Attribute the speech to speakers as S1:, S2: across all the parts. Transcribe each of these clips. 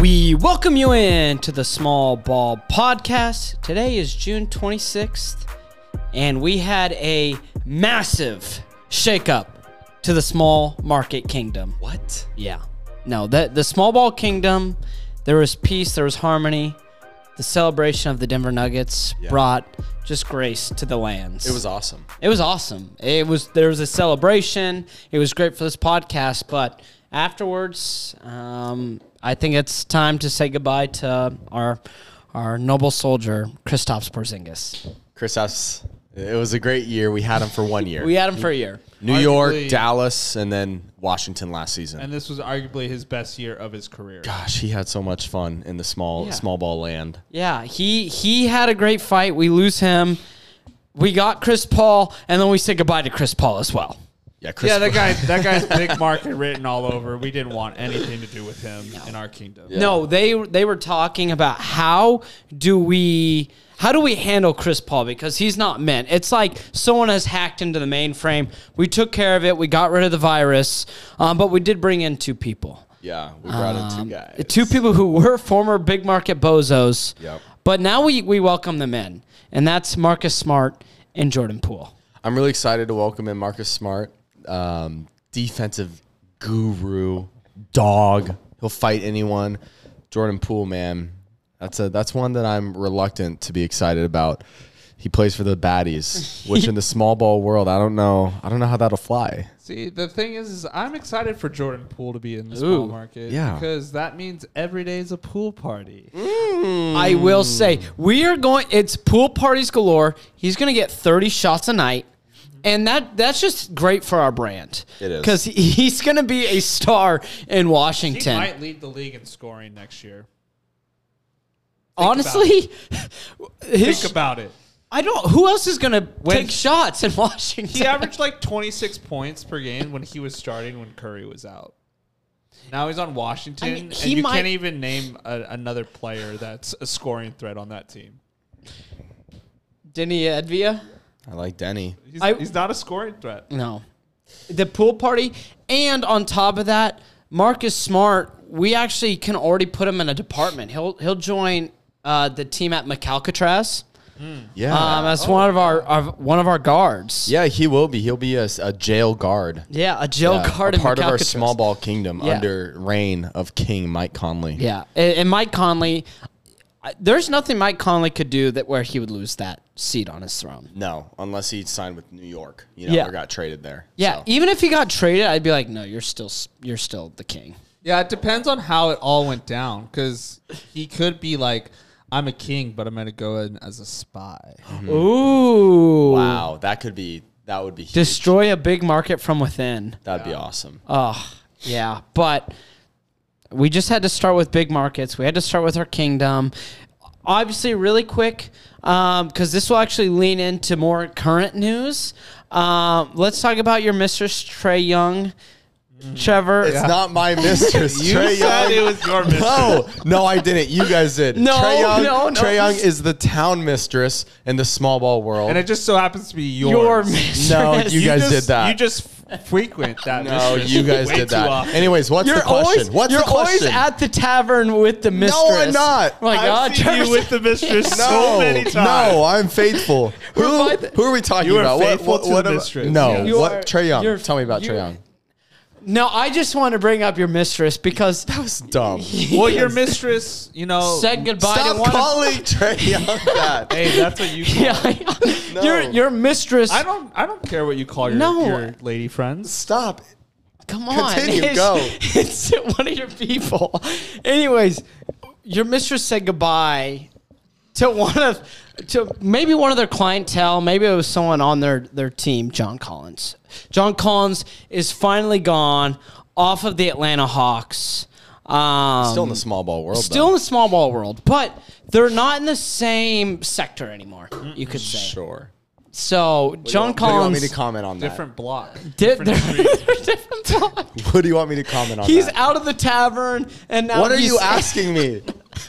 S1: We welcome you in to the Small Ball Podcast. Today is June 26th, and we had a massive shakeup to the small market kingdom.
S2: What?
S1: Yeah. No, the, the small ball kingdom, there was peace, there was harmony. The celebration of the Denver Nuggets
S2: Yeah.
S1: brought just grace to the lands.
S2: It was awesome.
S1: It was awesome. It was there was a celebration. It was great for this podcast, but afterwards, um, I think it's time to say goodbye to our our noble soldier, Kristaps Porzingis.
S2: Chris it was a great year. We had him for one year.
S1: We had him for a year.
S2: New York,
S3: Arguably-
S2: Dallas, and then Washington last season.
S3: and this was arguably his best year of his career.
S2: Gosh, he had so much fun in the small
S1: Yeah.
S2: small ball land.
S1: Yeah, he he had a great fight. We lose him. We got Chris Paul, and then we say goodbye to Chris Paul as well.
S2: Yeah, Chris.
S3: Yeah, that guy, that guy's big market written all over. We didn't want anything to do with him in our kingdom.
S1: No, they they were talking about how do we how do we handle Chris Paul because he's not meant. It's like someone has hacked into the mainframe. We took care of it. We got rid of the virus, um, but we did bring in two people, Um,
S2: Yeah, we brought in two guys.
S1: two people who were former big market bozos.
S2: Yep.
S1: But now we we welcome them in, and that's Marcus Smart and Jordan Poole.
S2: I'm really excited to welcome in Marcus Smart, um, defensive guru, dog. He'll fight anyone. Jordan Poole, man. That's a that's one that I'm reluctant to be excited about. He plays for the baddies, which in the small ball world, I don't know. I don't know how that'll fly.
S3: See, the thing is, is I'm excited for Jordan Poole to be in the
S1: Ooh.
S3: small market.
S2: Yeah.
S3: Because that means every day is a pool party.
S1: Mm. I will
S2: Hmm.
S1: say we are going. It's pool parties galore. He's going to get thirty shots a night, and that that's just great for our brand.
S2: It is.
S1: because he's going to be a star in
S3: He
S1: Washington.
S3: might lead the league in scoring next year.
S1: Honestly, his,
S3: Think about it.
S1: I don't. Who else is going to
S3: When-
S1: take shots in Washington?
S3: He averaged like 26 points per game when he was starting when Curry was out. Now he's on Washington,
S1: I mean, he
S3: and you
S1: might-
S3: can't even name a, another player that's a scoring threat on that team.
S1: Denny Edvia.
S2: I like Denny.
S3: He's,
S1: I-
S3: he's not a scoring threat.
S1: No. The pool party. And on top of that, Marcus Smart, we actually can already put him in a department. He'll he'll join uh, the team at McAlcatraz
S2: Yeah.
S1: um, as one of our, our one of our guards.
S2: yeah, he will be. He'll be a, s- a jail guard.
S1: Yeah, a jail
S2: Yeah,
S1: guard
S2: a
S1: in
S2: part of our
S1: McAlcatraz.
S2: small ball kingdom
S1: Yeah.
S2: under reign of King Mike Conley.
S1: Yeah, and, and Mike Conley. I- There's nothing Mike Conley could do that where he would lose that seat on his throne.
S2: No, unless he signed with New York, you know,
S1: Yeah.
S2: or got traded there.
S1: Yeah,
S2: So.
S1: even if he got traded, I'd be like, no, you're still s- you're still the king.
S3: Yeah, it depends on how it all went down because he could be like, I'm a king, but I'm going to go in as a spy.
S1: Mm-hmm. Ooh,
S2: Wow, that could be that would be huge.
S1: Destroy a big market from within.
S2: That'd be awesome.
S1: Oh, yeah. But we just had to start with big markets. We had to start with our kingdom. Obviously, really quick, because this will actually lean into more current news. Um, let's talk about your mistress, Trey Young. Trevor.
S2: It's not my mistress.
S3: You
S2: Trae
S3: said
S2: Young-
S3: it was your mistress.
S2: No, no, I didn't. You guys did.
S1: No,
S2: Trae Young,
S1: no, no.
S2: Trae Young is the town mistress in the small ball world.
S3: And it just so happens to be yours.
S1: your mistress.
S2: No, you guys
S3: just,
S2: did that.
S3: You just f- frequent that.
S2: no,
S3: mistress
S2: you guys
S3: way
S2: did
S3: too
S2: that.
S3: often.
S2: Anyways, what's
S1: You're
S2: the question?
S1: always
S2: what's
S1: you're
S2: the question?
S1: always at the tavern with the mistress.
S2: I'm not.
S1: Oh my
S3: I've
S1: God,
S3: seen
S1: Trevor's-
S3: you with the mistress
S2: no,
S3: so many times.
S2: no, I'm faithful. who,
S1: both-
S2: who are we talking
S3: You are
S2: about?
S3: faithful to the
S2: am-
S3: mistress.
S2: No,
S1: You
S2: what
S1: are-
S2: Trey
S1: you're-
S2: Young? Tell me about
S1: you're-
S2: Trey Young.
S1: No, I just want to bring up your mistress because
S2: It's dumb.
S3: Well, your mistress, you know.
S1: said goodbye
S2: Oh, Stop
S1: to one of-
S2: calling Trey Young that.
S3: Hey, that's what you. Call
S1: yeah, your your mistress.
S3: I don't. I don't care what you call your,
S1: No.
S3: your lady friends.
S2: Stop.
S1: Come on,
S2: Continue,
S1: it's,
S2: go.
S1: It's one of your people. Anyways, your mistress said goodbye to one of to maybe one of their clientele. Maybe it was someone on their their team. John Collins. John Collins is finally gone off of the Atlanta Hawks. Um,
S2: Still in the small ball world.
S1: still in the small ball world, but they're not in the same sector anymore. You could
S2: though.
S1: say
S2: sure.
S1: so. John
S2: What do you want me
S1: Collins.
S2: to comment on that?
S3: Different block.
S1: di-
S3: Different
S1: they're-
S3: street.
S1: they're different block.
S2: What do you want me to comment on?
S1: He's
S2: that?
S1: out of the tavern, and now
S2: What are
S1: he's-
S2: you asking me?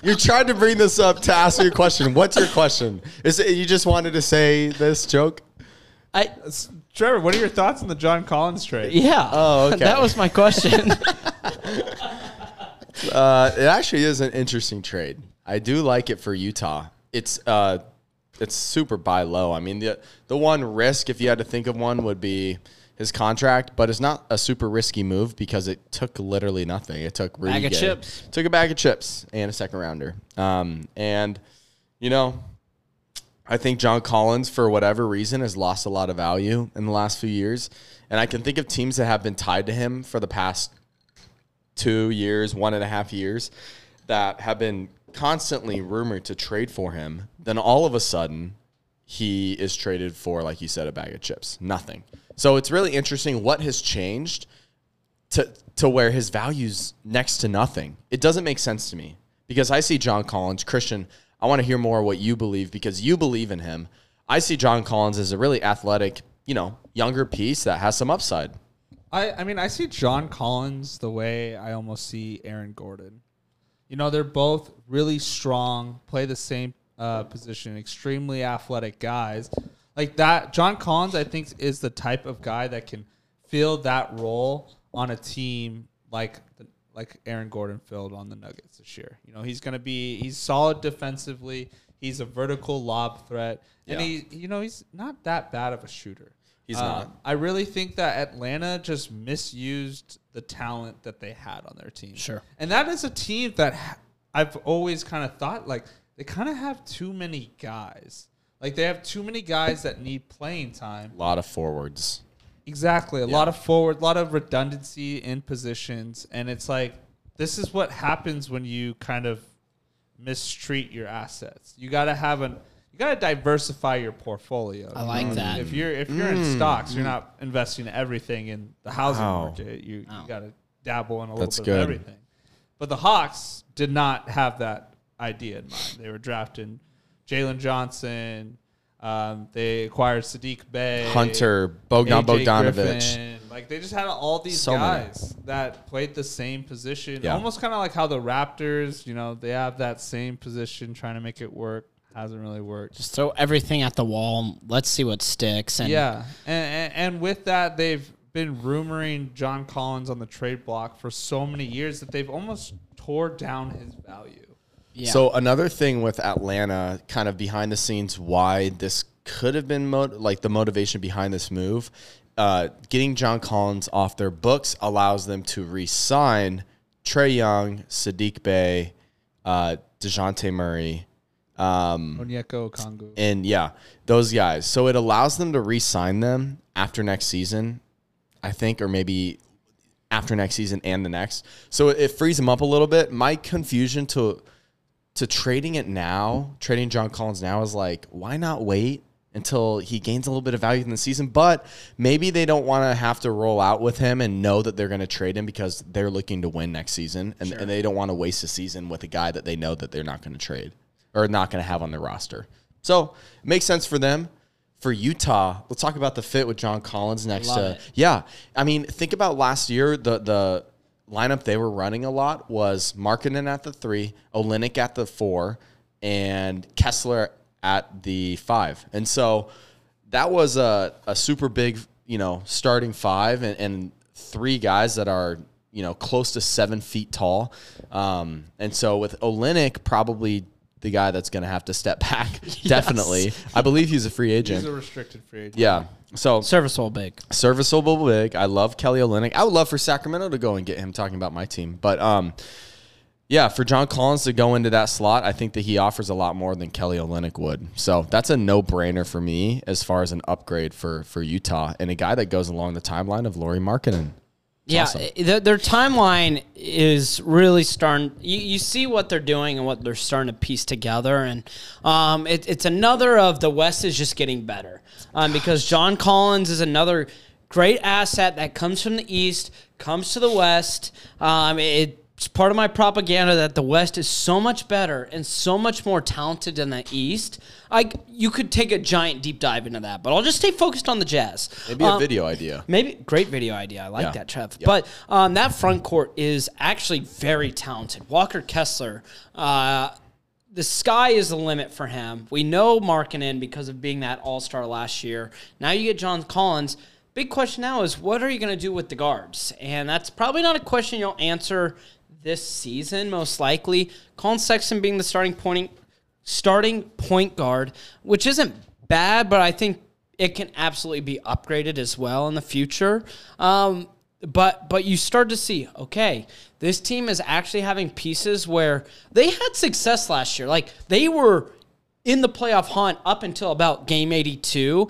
S2: You tried to bring this up to ask me a question. What's your question? Is it you just wanted to say this joke?
S1: I,
S3: Trevor, what are your thoughts on the John Collins trade?
S1: yeah.
S2: Oh, okay.
S1: That was my question.
S2: Uh, it actually is an interesting trade. I do like it for Utah. It's uh, it's super buy low. I mean, the the one risk, if you had to think of one, would be his contract, but it's not a super risky move because it took literally nothing. It took Rudy
S1: Bag of
S2: Gay.
S1: chips.
S2: took a bag of chips and a second rounder. Um, and you know, I think John Collins, for whatever reason, has lost a lot of value in the last few years. And I can think of teams that have been tied to him for the past two years, one and a half years, that have been constantly rumored to trade for him. Then all of a sudden, he is traded for, like you said, a bag of chips, nothing. So it's really interesting what has changed to to where his value's next to nothing. It doesn't make sense to me because I see John Collins, Christian. I want to hear more what you believe because you believe in him. I see John Collins as a really athletic, you know, younger piece that has some upside.
S3: I, I mean, I see John Collins the way I almost see Aaron Gordon. You know, they're both really strong, play the same uh, position, extremely athletic guys. Like that, John Collins, I think, is the type of guy that can fill that role on a team like the, like Aaron Gordon filled on the Nuggets this year. You know, he's going to be he's solid defensively. He's a vertical lob threat, and
S2: Yeah.
S3: he you know he's not that bad of a shooter.
S2: He's
S3: Uh,
S2: not.
S3: I really think that Atlanta just misused the talent that they had on their team.
S1: Sure.
S3: And that is a team that ha- I've always kind of thought like they kind of have too many guys. Like they have too many guys that need playing time.
S2: A lot of forwards.
S3: Exactly. A lot of forward, a lot of redundancy in positions. And it's like, this is what happens when you kind of mistreat your assets. You got to have an, you got to diversify your portfolio.
S1: I
S2: Mm.
S1: like that.
S3: If you're, if you're in stocks, you're not investing everything in the housing
S2: Wow.
S3: market. You, you got to dabble in a little
S2: That's
S3: bit
S2: good.
S3: of everything. But the Hawks did not have that idea in mind. They were drafting Jalen Johnson. Um, they acquired Sadiq Bey.
S2: Hunter, Bogdan
S3: AJ
S2: Bogdanovich.
S3: Griffin. Like they just had all these
S2: So many.
S3: guys that played the same position,
S2: Yeah.
S3: almost kind of like how the Raptors, you know, they have that same position trying to make it work. Hasn't really worked.
S1: Just throw everything at the wall. and Let's see what sticks. And
S3: yeah, and, and and with that, they've been rumoring John Collins on the trade block for so many years that they've almost tore down his value.
S1: Yeah.
S2: So another thing with Atlanta, kind of behind the scenes, why this could have been mo- like the motivation behind this move, uh, getting John Collins off their books allows them to re-sign Trey Young, Sadiq Bey, uh, Dejounte Murray, um,
S3: Onyeko Kongu.
S2: and yeah, those guys. So it allows them to re-sign them after next season, I think, or maybe after next season and the next. So it frees them up a little bit. My confusion to to trading it now, trading John Collins now is like, why not wait until he gains a little bit of value in the season? But maybe they don't want to have to roll out with him and know that they're going to trade him because they're looking to win next season, and, and they don't want to waste a season with a guy that they know that they're not going to trade or not going to have on their roster. So it makes sense for them. For Utah, let's talk about the fit with John Collins next
S1: Love
S2: to
S1: it.
S2: yeah, I mean, think about last year. The the lineup they were running a lot was Markkinen at the three, Olenek at the four, and Kessler at the five. And so that was a, a super big, you know, starting five and, and three guys that are you know close to seven feet tall. Um, and so with Olenek probably. The guy that's going to have to step back, definitely. I believe he's a free agent.
S3: He's a restricted free agent.
S2: yeah. So
S1: serviceable big.
S2: serviceable big. I love Kelly Olynyk. I would love for Sacramento to go and get him talking about my team. But um yeah, for John Collins to go into that slot, I think that he offers a lot more than Kelly Olynyk would. So that's a no-brainer for me as far as an upgrade for for Utah and a guy that goes along the timeline of Laurie Markkinen.
S1: Yeah,
S2: awesome.
S1: i- their, their timeline is really starting. You, you see what they're doing and what they're starting to piece together, and um, it, it's another of the West is just getting better um, because John Collins is another great asset that comes from the East, comes to the West. Um, it- it's part of my propaganda that the West is so much better and so much more talented than the East. I you could take a giant deep dive into that, but I'll just stay focused on the Jazz.
S2: Maybe
S1: Um,
S2: a video idea.
S1: Maybe great video idea. I like
S2: Yeah.
S1: that, Trev. But um, that front court is actually very talented. Walker Kessler, uh, the sky is the limit for him. We know Markkinen because of being that All Star last year. Now you get John Collins. Big question now is what are you going to do with the guards? And that's probably not a question you'll answer this season, most likely. Colin Sexton being the starting pointing starting point guard, which isn't bad, but I think it can absolutely be upgraded as well in the future. Um, but but you start to see, okay, this team is actually having pieces where they had success last year. Like they were in the playoff hunt up until about game 82.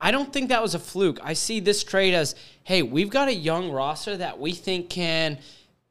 S1: I don't think that was a fluke. I see this trade as, hey, we've got a young roster that we think can,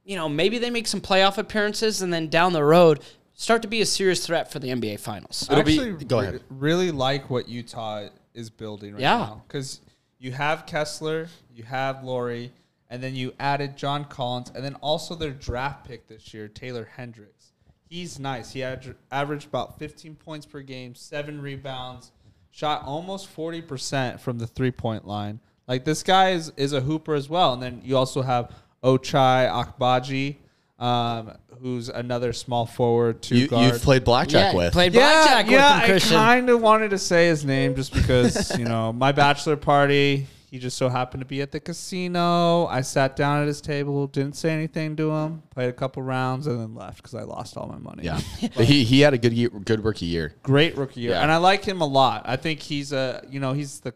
S1: you know, maybe they make some playoff appearances and then down the road start to be a serious threat for the NBA Finals.
S2: It'll
S3: I
S2: be-
S3: actually
S2: go
S3: re-
S2: ahead.
S3: really like what Utah is building right
S1: Yeah.
S3: now because you have Kessler, you have Laurie, and then you added John Collins, and then also their draft pick this year, Taylor Hendricks. He's nice. He ad- averaged about 15 points per game, seven rebounds, shot almost 40% from the three point line. Like this guy is, is a hooper as well. And then you also have Ochai Akbaji, um, who's another small forward, two
S2: You,
S3: guard.
S2: you've played blackjack with.
S1: played blackjack with him, Christian.
S3: I kind of wanted to say his name just because you know my bachelor party. He just so happened to be at the casino. I sat down at his table, didn't say anything to him, played a couple rounds, and then left because I lost all my money.
S2: Yeah, But he he had a good year, good rookie year.
S3: great rookie year,
S2: Yeah.
S3: and I like him a lot. I think he's a you know he's the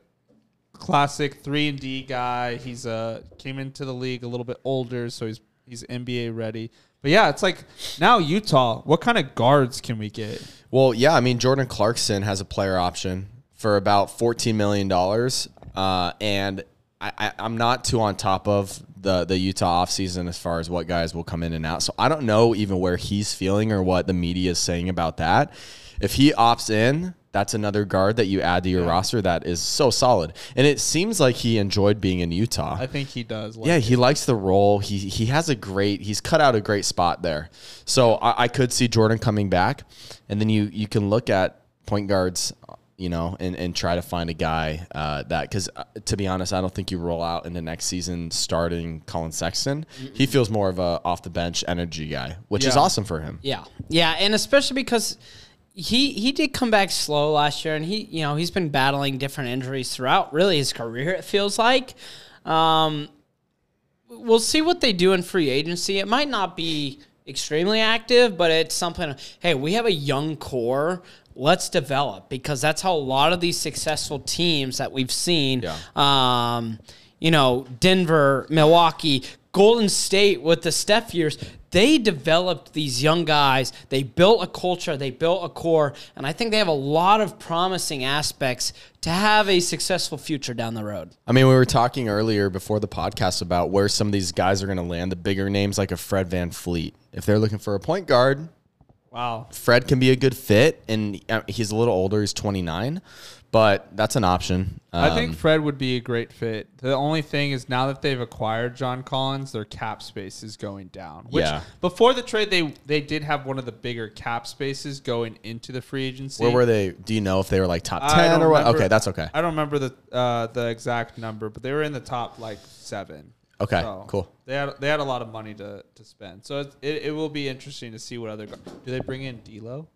S3: classic three and D guy. He's a came into the league a little bit older, so he's he's NBA ready. But yeah, it's like now Utah. What kind of guards can we get?
S2: Well, yeah, I mean Jordan Clarkson has a player option for about fourteen million dollars, uh, and I, I, I'm not too on top of the the Utah offseason as far as what guys will come in and out. So I don't know even where he's feeling or what the media is saying about that. If he opts in, that's another guard that you add to your roster that is so solid, and it seems like he enjoyed being in Utah.
S3: I think he does. Like
S2: Yeah, he likes the role. He he has a great. He's cut out a great spot there. So I, I could see Jordan coming back, and then you you can look at point guards, you know, and and try to find a guy uh, that because uh, to be honest, I don't think you roll out into next season starting Colin Sexton. He feels more of a off the bench energy guy, which is
S3: Yeah.
S2: awesome for him.
S1: Yeah, yeah, and especially because he he did come back slow last year, and he you know he's been battling different injuries throughout really his career. It feels like. Um, we'll see what they do in free agency. It might not be extremely active, but it's something. Hey, we have a young core. Let's develop because that's how a lot of these successful teams that we've seen,
S2: Yeah.
S1: um, you know, Denver, Milwaukee, Golden State with the Steph years, they developed these young guys. They built a culture, they built a core, and I think they have a lot of promising aspects to have a successful future down the road.
S2: I mean, we were talking earlier before the podcast about where some of these guys are going to land. The bigger names like a Fred Van Fleet, if they're looking for a point guard,
S3: wow.
S2: Fred can be a good fit, and uh, he's a little older. He's 29, but that's an option. Um,
S3: I think Fred would be a great fit. The only thing is now that they've acquired John Collins, their cap space is going down. Which
S2: Yeah.
S3: before the trade they they did have one of the bigger cap spaces going into the free agency.
S2: Where were they? Do you know if they were like top
S3: I
S2: 10
S3: don't
S2: or what?
S3: remember-
S2: Okay, that's okay.
S3: I don't remember the uh, the exact number, but they were in the top like seven.
S2: Okay, cool.
S3: They had they had a lot of money to, to spend, so it's, it, it will be interesting to see what other. gu- Do they bring in D'Lo?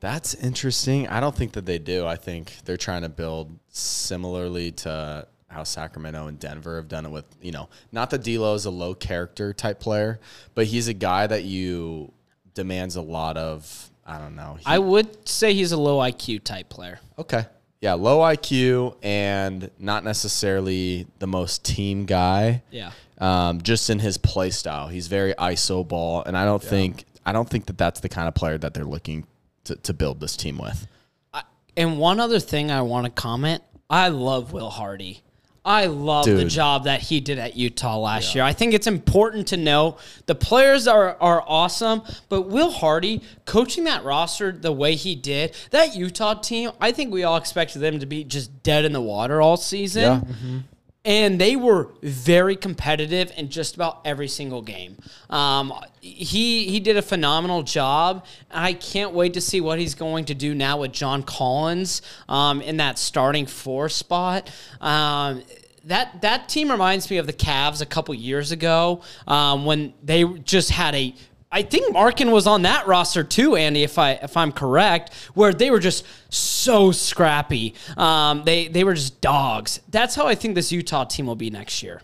S2: That's interesting. I don't think that they do. I think they're trying to build similarly to how Sacramento and Denver have done it with, you know, not that D'Lo is a low character type player, but he's a guy that you demands a lot of. I don't know. He-
S1: I would say he's a low IQ type player.
S2: Okay. Yeah, low IQ and not necessarily the most team guy.
S1: Yeah.
S2: Um, just in his play style, he's very ISO ball, and I don't think I don't think that that's the kind of player that they're looking to, to build this team with.
S1: I, and one other thing I want to comment I love Will Hardy. I love the
S2: Dude.
S1: job that he did at Utah last year. I think it's important to know the players are, are awesome, but Will Hardy coaching that roster the way he did, that Utah team, I think we all expected them to be just dead in the water all season.
S2: Yeah.
S1: and they were very competitive in just about every single game. Um, he he did a phenomenal job. I can't wait to see what he's going to do now with John Collins um, in that starting four spot. Um, that that team reminds me of the Cavs a couple years ago um, when they just had a. I think Markin was on that roster too, Andy, if I if I'm correct, where they were just so scrappy. Um, they they were just dogs. That's how I think this Utah team will be next year.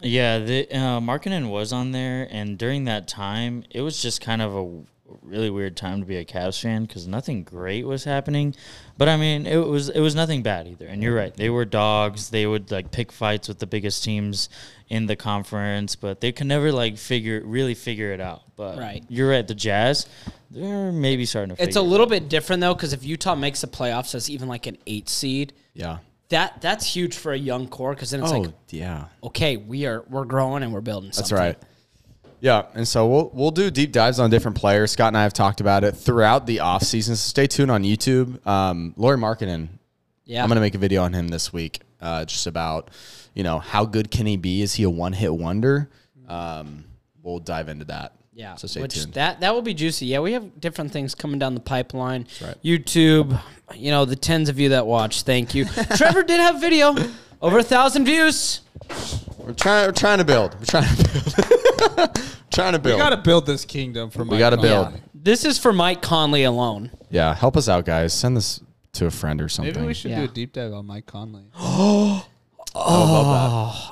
S4: Yeah, the uh, Markkinen was on there, and during that time, it was just kind of a really weird time to be a Cavs fan because nothing great was happening. But I mean, it was it was nothing bad either. And you're right; they were dogs. They would like pick fights with the biggest teams in the conference, but they could never like figure really figure it out. But
S5: Right.
S4: you're right. The Jazz, they're maybe starting to.
S1: It's a
S4: figure it
S1: little bit different though, because if Utah makes the playoffs as even like an eight seed,
S2: Yeah.
S1: that that's huge for a young core. Because then it's
S2: Oh
S1: like,
S2: yeah.
S1: okay, we are we're growing and we're building.
S2: That's
S1: Something.
S2: right. Yeah, and so we'll we'll do deep dives on different players. Scott and I have talked about it throughout the off season. So stay tuned on YouTube. Um, Lori Markkinen,
S1: Yeah,
S2: I'm gonna make a video on him this week, uh, just about you know how good can he be? Is he a one hit wonder? Um, we'll dive into that.
S1: Yeah.
S2: So stay
S1: Which
S2: tuned.
S1: That that will be juicy. Yeah, we have different things coming down the pipeline.
S2: right.
S1: YouTube, you know, the tens of you that watch, thank you. Trevor did have video. Over a thousand views.
S2: we're trying we're trying to build. We're trying to build. trying to build.
S3: We got to build this kingdom for.
S2: We gotta build. Yeah.
S1: This is for Mike Conley alone.
S2: help us out, guys. Send this to a friend or something.
S3: Maybe we should
S1: Yeah.
S3: do a deep dive on Mike Conley. oh,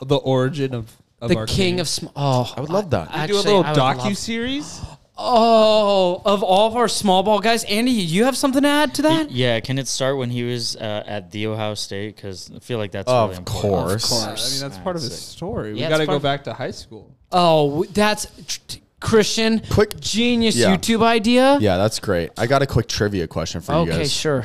S3: the origin of, of
S1: The
S3: our
S1: king of sm- oh,
S2: I would love that.
S1: I-
S3: Do a
S1: Actually,
S3: little
S1: would love-
S3: docu series.
S1: Oh, of all of our small ball guys, Andy, you have something to add to that?
S4: Yeah, can it start when he was uh, at The Ohio State? Because I feel like that's
S2: Oh, of,
S4: really important.
S2: course.
S3: I mean, that's part of his story.
S1: Yeah,
S3: we got
S1: it's
S3: to
S1: part
S3: go
S1: of-
S3: back to high school.
S1: Oh, w- that's tr- t- Christian.
S2: Quick-
S1: genius
S2: Yeah.
S1: YouTube idea.
S2: Yeah, that's great. I got a quick trivia question for you
S1: Okay,
S2: guys.
S1: sure.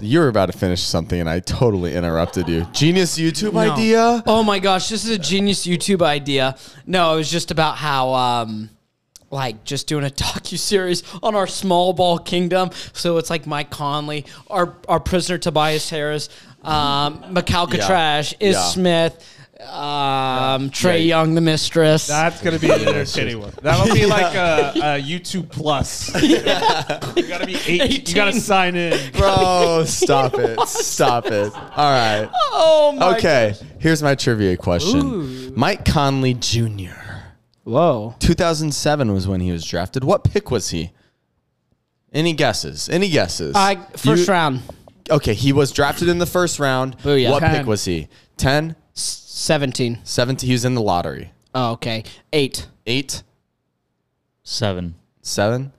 S2: You were about to finish something, and I totally interrupted you. Genius YouTube
S1: No.
S2: idea.
S1: Oh my gosh, this is a genius YouTube idea. No, it was just about how um like just doing a docu series on our small ball kingdom. So it's like Mike Conley, our our prisoner Tobias Harris, um McAlcatrash,
S2: Yeah.
S1: Is
S2: Yeah.
S1: Smith, um Trey
S2: Yeah.
S1: Young the mistress.
S3: That's gonna be an entertaining one. That'll be like a, a YouTube plus. you gotta be eight. You gotta
S1: 18.
S3: sign in.
S2: Bro, stop it. Stop it. All right.
S1: oh my
S2: Okay, here's my trivia question. Mike Conley Jr.
S1: Whoa.
S2: 2007 was when he was drafted. What pick was he? Any guesses? Any guesses?
S1: I first
S2: You-
S1: round
S2: Okay, he was drafted in the first round.
S1: Booyah.
S2: What
S1: 10.
S2: pick was he? 10,
S1: 17.
S2: 17. He was in the lottery.
S1: Oh, okay. 8.
S2: 8,
S4: Seven.
S2: 7.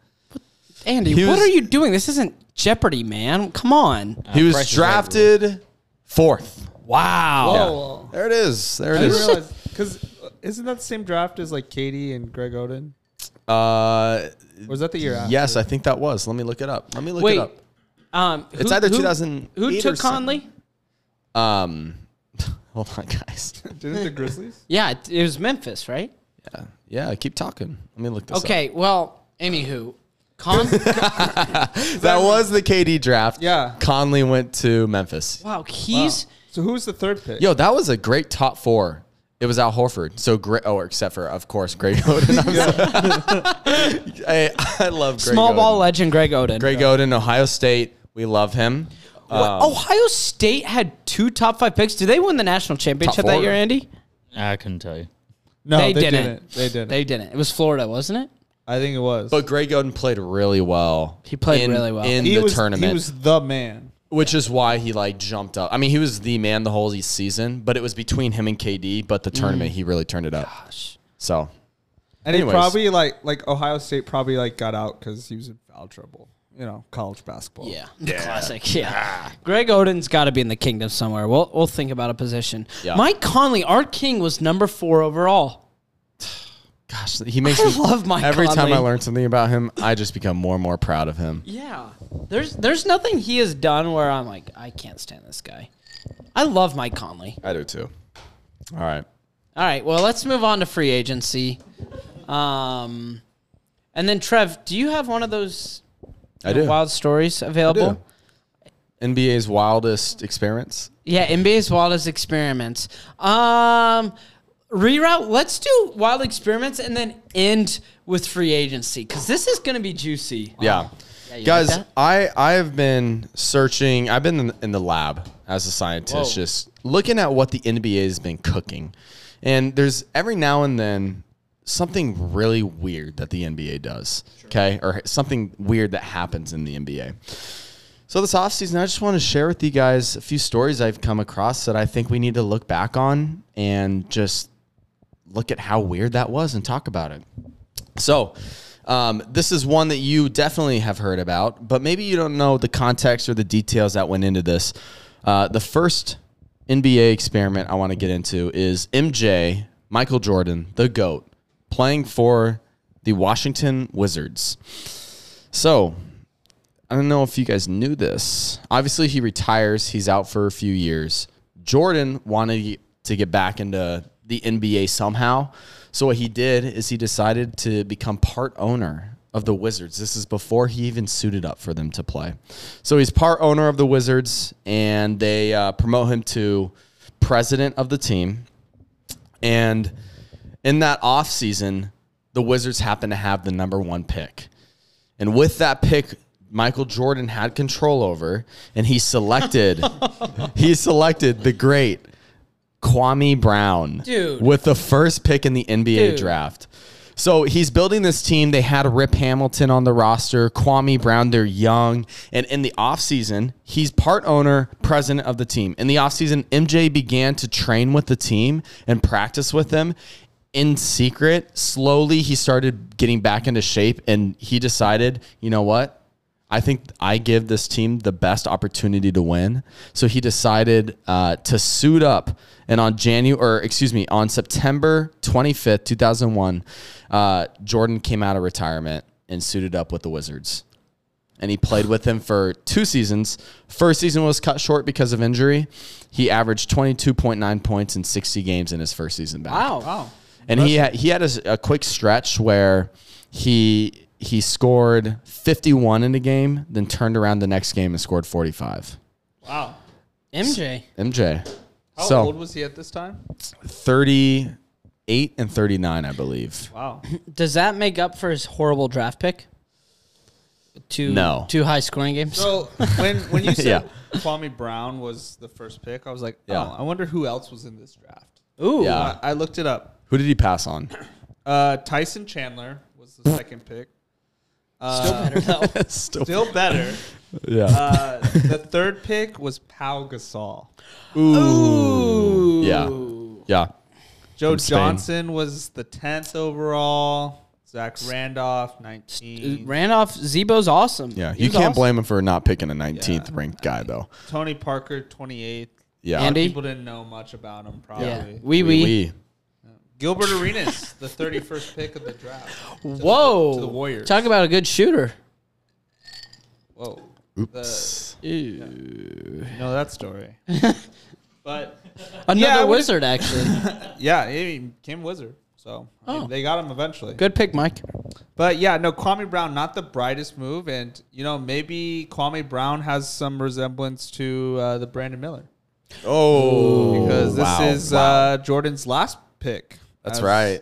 S1: Andy,
S2: He
S1: what
S2: was-
S1: are you doing? This isn't Jeopardy, man. Come on.
S2: he was
S4: Price is Right
S2: drafted fourth.
S1: Wow.
S3: Oh,
S2: There it is. There it
S3: I didn't
S2: is.
S3: realize because isn't that the same draft as like Katie and Greg Oden?
S2: Uh,
S3: Or is that the year after?
S2: yes, I think that was. Let me look it up. Let me look
S1: Wait.
S2: it up.
S1: Um,
S2: It's
S1: who-
S2: either
S1: who-
S2: 2008
S1: Who took
S2: or something.
S1: Conley?
S2: Um, hold on, guys.
S3: Didn't the Grizzlies?
S1: Yeah, it, it was Memphis, right?
S2: Yeah, yeah. Keep talking. Let me look this up.
S1: Okay, well, anywho, Con-
S2: that was the KD draft.
S3: Yeah.
S2: Conley went to Memphis.
S1: wow, he's
S3: So who's the third pick?
S2: Yo, that was a great top four. It was Al Horford. So great. Oh, except for of course Greg Oden. I'm sorry. hey, I love Greg
S1: small
S2: Oden.
S1: ball legend Greg Oden.
S2: Greg Oden, Ohio State. We love him. Um,
S1: Wha- oh. Ohio State had two top five picks. Did they win the national championship that
S2: four.
S1: year, Andy?
S4: I couldn't tell you.
S3: no,
S1: they didn't.
S3: They didn't.
S1: They didn't. It was Florida, wasn't it?
S3: I think it was.
S2: But Greg Oden played really well.
S1: He played
S2: in-
S1: really well.
S2: in
S3: he
S2: the
S3: was,
S2: tournament.
S3: He was the man.
S2: Which is why he like jumped up. I mean, he was the man the whole season, but it was between him and KD. But the
S1: Mm.
S2: tournament, he really turned it up. Gosh. So
S3: And
S2: Anyways.
S3: he probably like like Ohio State probably like got out because he was in foul trouble. You know, college basketball.
S1: Yeah, classic. Yeah,
S2: Ah.
S1: Greg Oden's got to be in the kingdom somewhere. We'll we'll think about a position.
S2: Yeah.
S1: Mike Conley, our king, was number four overall.
S2: gosh, he makes
S1: I
S2: me
S1: love Mike
S2: Every time
S1: Conley.
S2: I learn something about him, I just become more and more proud of him.
S1: Yeah. There's there's nothing he has done where I'm like, I can't stand this guy. I love Mike Conley.
S2: I do too. All right.
S1: All right, well, let's move on to free agency. Um and then Trev, do you have one of those
S2: I do.
S1: wild stories available?
S2: NBA's wildest experiments.
S1: Yeah, NBA's wildest experiments. Um reroute, let's do wild experiments and then end with free agency cuz this is going to be juicy.
S2: Yeah.
S1: you
S2: Guys,
S1: like that?
S2: I I have been searching. I've been in, in the lab as a scientist,
S1: Whoa.
S2: just looking at what the NBA has been cooking, and there's every now and then something really weird that the NBA does, okay, or something weird that happens in the NBA. So this offseason, I just want to share with you guys a few stories I've come across that I think we need to look back on and just look at how weird that was and talk about it. So, um, this is one that you definitely have heard about, but maybe you don't know the context or the details that went into this. Uh, the first NBA experiment I want to get into is MJ, Michael Jordan, the GOAT, playing for the Washington Wizards. So, I don't know if you guys knew this. Obviously, he retires, he's out for a few years. Jordan wanted to get back into the NBA somehow. So, what he did is he decided to become part owner of the Wizards. This is before he even suited up for them to play. So, he's part owner of the Wizards, and they uh, promote him to president of the team. And in that offseason, the Wizards happen to have the number one pick. And with that pick, Michael Jordan had control over, and he selected he selected the great Kwame Brown
S6: Dude.
S2: with the first pick in the NBA
S6: Dude.
S2: draft. So he's building this team. They had Rip Hamilton on the roster, Kwame Brown, they're young. And in the offseason, he's part owner, president of the team. In the offseason, MJ began to train with the team and practice with them in secret. Slowly, he started getting back into shape and he decided, you know what? I think I give this team the best opportunity to win. So he decided uh, to suit up, and on January, or excuse me, on September 25th, 2001, uh, Jordan came out of retirement and suited up with the Wizards and he played with them for two seasons. First season was cut short because of injury. He averaged 22.9 points in 60 games in his first season back. Wow.
S3: Wow.
S2: And he had, he had a, s- a quick stretch where he he scored 51 in a game, then turned around the next game and scored 45.
S3: Wow.
S6: MJ.
S2: MJ.
S3: How
S2: so
S3: old was he at this time?
S2: 38 and 39, I believe.
S3: Wow.
S6: Does that make up for his horrible draft pick? Two
S2: No.
S6: two high scoring games.
S3: So when when you said
S2: Yeah.
S3: Kwame Brown was the first pick, I was like, oh,
S2: Yeah.
S3: I wonder who else was in this draft.
S6: Ooh.
S2: Yeah.
S3: I, I looked it up.
S2: Who did he pass on?
S3: Uh, Tyson Chandler was the second pick. Uh,
S2: Still,
S3: still better.
S2: yeah.
S3: Uh, the third pick was Pau Gasol.
S2: Ooh. Yeah. Yeah.
S3: Joe
S2: From Spain.
S3: Johnson was the tenth overall. Zach Randolph, nineteen.
S6: Randolph Zebo's awesome.
S2: Yeah,
S6: He
S2: you
S6: was
S2: can't
S6: awesome.
S2: blame him for not picking a 19th ranked guy though.
S3: Tony Parker, twenty eighth.
S2: Yeah,
S6: Andy?
S3: People didn't know much about him, probably.
S6: Yeah. Wee
S2: Wee
S6: wee.
S2: wee.
S3: Gilbert Arenas, the thirty-first pick of the draft.
S6: Whoa.
S3: to the Warriors.
S6: Talk about a good shooter.
S3: Whoa. The,
S2: Oops.
S3: know that story. but
S6: Another
S3: I would've-
S6: wizard, actually.
S3: yeah, he came wizard. So I mean, they got him eventually.
S6: Oh. good pick, Mike.
S3: But yeah, no, Kwame Brown, not the brightest move. And, you know, maybe Kwame Brown has some resemblance to uh, the Brandon Miller.
S2: Oh,
S3: Because this
S2: wow,
S3: is
S2: wow.
S3: uh, Jordan's last pick.
S2: that's
S3: as-
S2: right.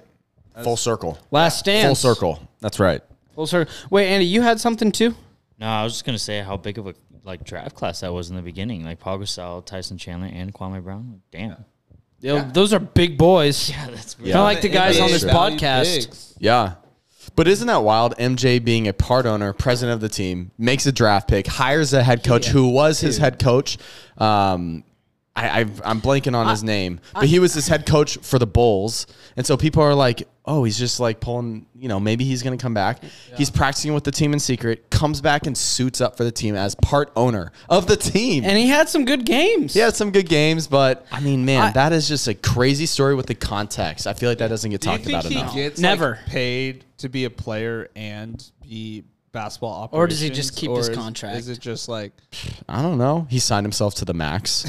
S2: Full circle.
S6: Last stand.
S2: Full circle. That's right.
S6: Full circle. Wait, Andy, you had something too?
S4: No, I was just gonna say how big of a like draft class that was in the beginning. Like Paul Gasol, Tyson Chandler, and Kwame Brown. Like, damn.
S6: Yo, Those are big boys. Yeah,
S4: that's
S6: Kind of like the guys on this
S2: Sure.
S6: podcast.
S2: Yeah. But isn't that wild? MJ being a part owner, president of the team, makes a draft pick, hires a head coach who was his head coach. Um, I, I've, I'm blanking on his name, but he was his head coach for the Bulls, and so people are like, "Oh, he's just like pulling, you know, maybe he's going to come back." He's practicing with the team in secret, comes back and suits up for the team as part owner of the team.
S6: And he had some good games.
S2: he had some good games, but I mean, man, that is just a crazy story with the context. I feel like that doesn't get
S3: Do you
S2: talked
S3: think
S2: about
S3: he
S2: enough.
S3: gets
S6: Never.
S3: like, paid to be a player and be basketball operations?
S6: Or does he just keep
S3: Or
S6: his
S3: is-
S6: contract?
S3: Is it just like
S2: I don't know. He signed himself to the max.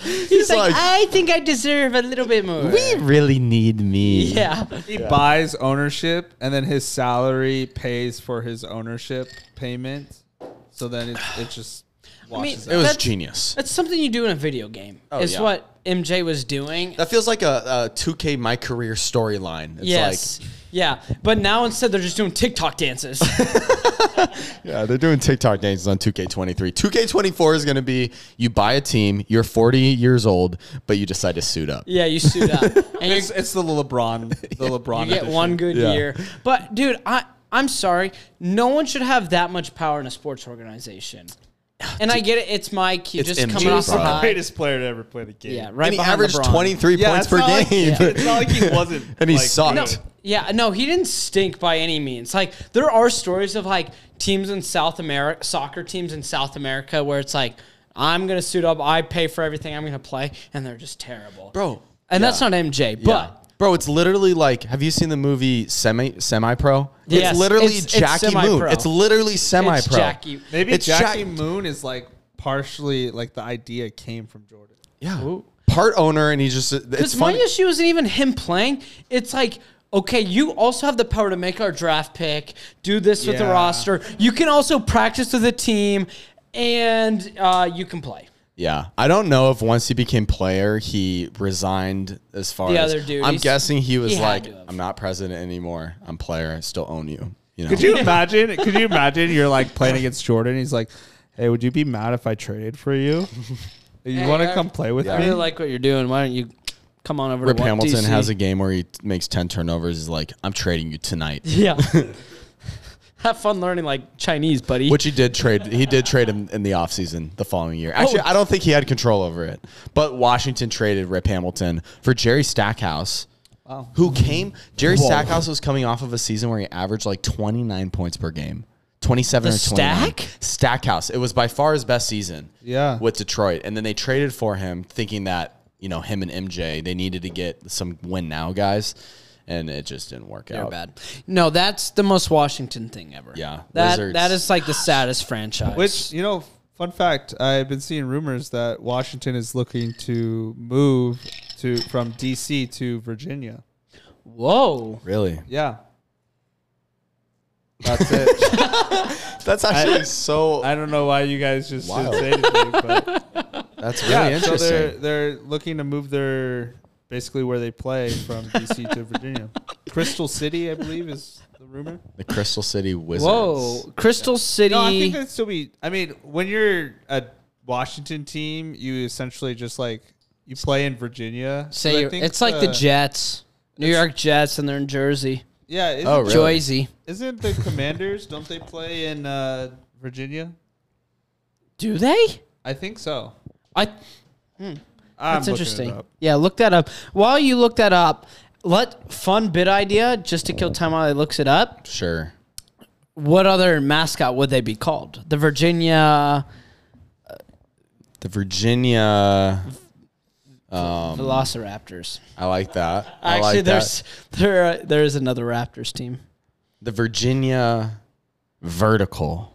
S6: He's
S2: like,
S6: I think I deserve a little bit more.
S2: we really need me.
S6: yeah.
S3: He buys ownership, and then his salary pays for his ownership payment. So then it, it just washes
S2: It was
S6: That's-
S2: genius.
S6: That's something you do in a video game. is
S2: Oh, yeah.
S6: what MJ was doing.
S2: That feels like a, a 2K My Career storyline. It's
S6: yes. yeah. But now instead they're just doing TikTok dances.
S2: like Yeah, they're doing TikTok dances on 2K23. 2K24 is going to be you buy a team, you're 40 years old, but you decide to suit up.
S6: yeah, you suit up. And
S3: out. It's, it's the LeBron, the
S6: you
S3: LeBron.
S6: get
S3: edition.
S6: one good
S2: Yeah.
S6: year. But dude, I
S1: I'm sorry, no one should have that much power in a sports organization. And I get it; it's Mike. You
S2: It's
S1: just
S2: MJ,
S1: coming off the
S2: bro.
S1: high.
S7: Greatest player to ever play the game.
S1: Yeah, right
S2: and he
S1: behind
S2: averaged
S1: LeBron.
S2: 23
S7: Yeah,
S2: points
S7: it's
S2: per
S7: not like-
S2: game.
S7: It's not like he wasn't.
S2: and he
S7: like,
S2: sucked.
S7: No,
S1: Yeah, no, he didn't stink by any means. Like there are stories of like teams in South America, soccer teams in South America, where it's like, I'm gonna suit up, I pay for everything, I'm gonna play, and they're just terrible,
S2: Bro,
S1: And that's not MJ, but
S2: Bro, it's literally like have you seen the movie Semi Semi Pro?
S1: Yes,
S2: it's literally
S1: it's- it's
S2: Jackie Moon.
S1: semi-pro.
S2: It's literally semi pro.
S1: it's Jackie.
S3: Maybe
S2: It's
S3: Jackie
S2: Jack-
S3: Moon is like partially like the idea came from Jordan.
S2: Yeah. Part owner and he just it's
S1: Because my
S2: funny.
S1: issue isn't even him playing. It's like, okay, you also have the power to make our draft pick, do this with the
S3: Yeah.
S1: roster. You can also practice with the team, and uh, you can play.
S2: Yeah. I don't know if once he became player he resigned as far
S1: The
S2: as
S1: other dude,
S2: I'm
S1: he's-
S2: guessing he was
S1: he had
S2: like
S1: to have.
S2: I'm not president anymore. I'm player. I still own you. You know.
S3: Could you imagine? could you imagine you're like playing against Jordan? He's like, "Hey, would you be mad if I traded for you? You want to
S1: I-
S3: come play with
S1: I
S3: me?"
S1: really like what you're doing. Why don't you come on over
S2: Rip
S1: to
S2: Hamilton
S1: DC?
S2: has a game where he t- makes 10 turnovers. He's like, I'm trading you tonight.
S1: Yeah. have fun learning like Chinese, buddy.
S2: Which he did trade. He did trade him in the offseason the following year. Actually, I don't think he had control over it. But Washington traded Rip Hamilton for Jerry Stackhouse, who came. Jerry Stackhouse was coming off of a season where he averaged like 29 points per game. 27
S1: The
S2: or 29.
S1: Stack?
S2: Stackhouse. It was by far his best season.
S3: Yeah.
S2: With Detroit. And then they traded for him thinking that, you know, him and MJ, they needed to get some win now guys. And it just didn't work
S1: They're
S2: out.
S1: bad. No, that's the most Washington thing ever.
S2: Yeah,
S1: That
S2: Wizards.
S1: that is like the saddest franchise.
S3: Which you know, fun fact: I've been seeing rumors that Washington is looking to move to from DC to Virginia.
S1: whoa.
S2: Really?
S3: Yeah, that's it.
S2: That's actually so.
S3: I don't know why you guys just
S2: Wow.
S3: didn't say anything, but
S2: that's really
S3: yeah,
S2: interesting.
S3: so they're they're looking to move their basically where they play from DC to Virginia. Crystal City, I believe, is the rumor.
S2: The Crystal City Wizards.
S1: Whoa. Crystal City.
S3: No, I think that'd still be. I mean, when you're a Washington team, you essentially just like you play in Virginia.
S1: Say
S3: But I
S1: you're-
S3: think uh,
S1: it's like the Jets, New York Jets, and they're in Jersey.
S3: Yeah, isn't,
S2: Oh, really?
S1: Jersey,
S3: isn't the Commanders? don't they play in uh, Virginia?
S1: do they?
S3: I think so.
S1: I.
S3: I'm
S1: That's
S3: looking it
S1: interesting.
S3: up.
S1: Yeah, look that up. While you look that up, let fun bit idea just to kill time while I looks it up.
S2: Sure.
S1: What other mascot would they be called? The Virginia
S2: The Virginia. Um,
S1: Velociraptors.
S2: I like that. I
S1: Actually,
S2: like
S1: there's
S2: that.
S1: there are- there is another Raptors team.
S2: the Virginia Vertical.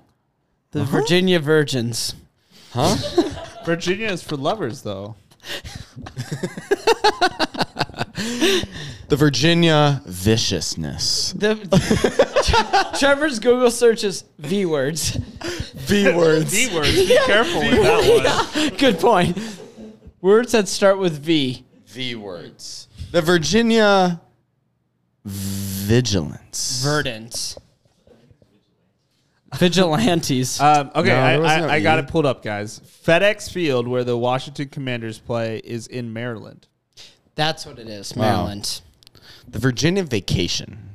S1: The Virginia Virgins.
S2: Huh?
S3: Virginia is for lovers, though.
S2: the Virginia Viciousness.
S1: The Trevor's Google search is V words.
S2: V words.
S7: D words. Be careful with that one.
S1: Good point. Words that start with V.
S2: V words. The Virginia Vigilance.
S1: Verdants. Vigilantes.
S3: Um, okay,
S2: No,
S3: I,
S2: there was
S3: I,
S2: no
S3: I got
S2: E.
S3: it pulled up, guys. FedEx Field, where the Washington Commanders play, is in Maryland.
S1: That's what it is, Maryland.
S2: the Virginia Vacation.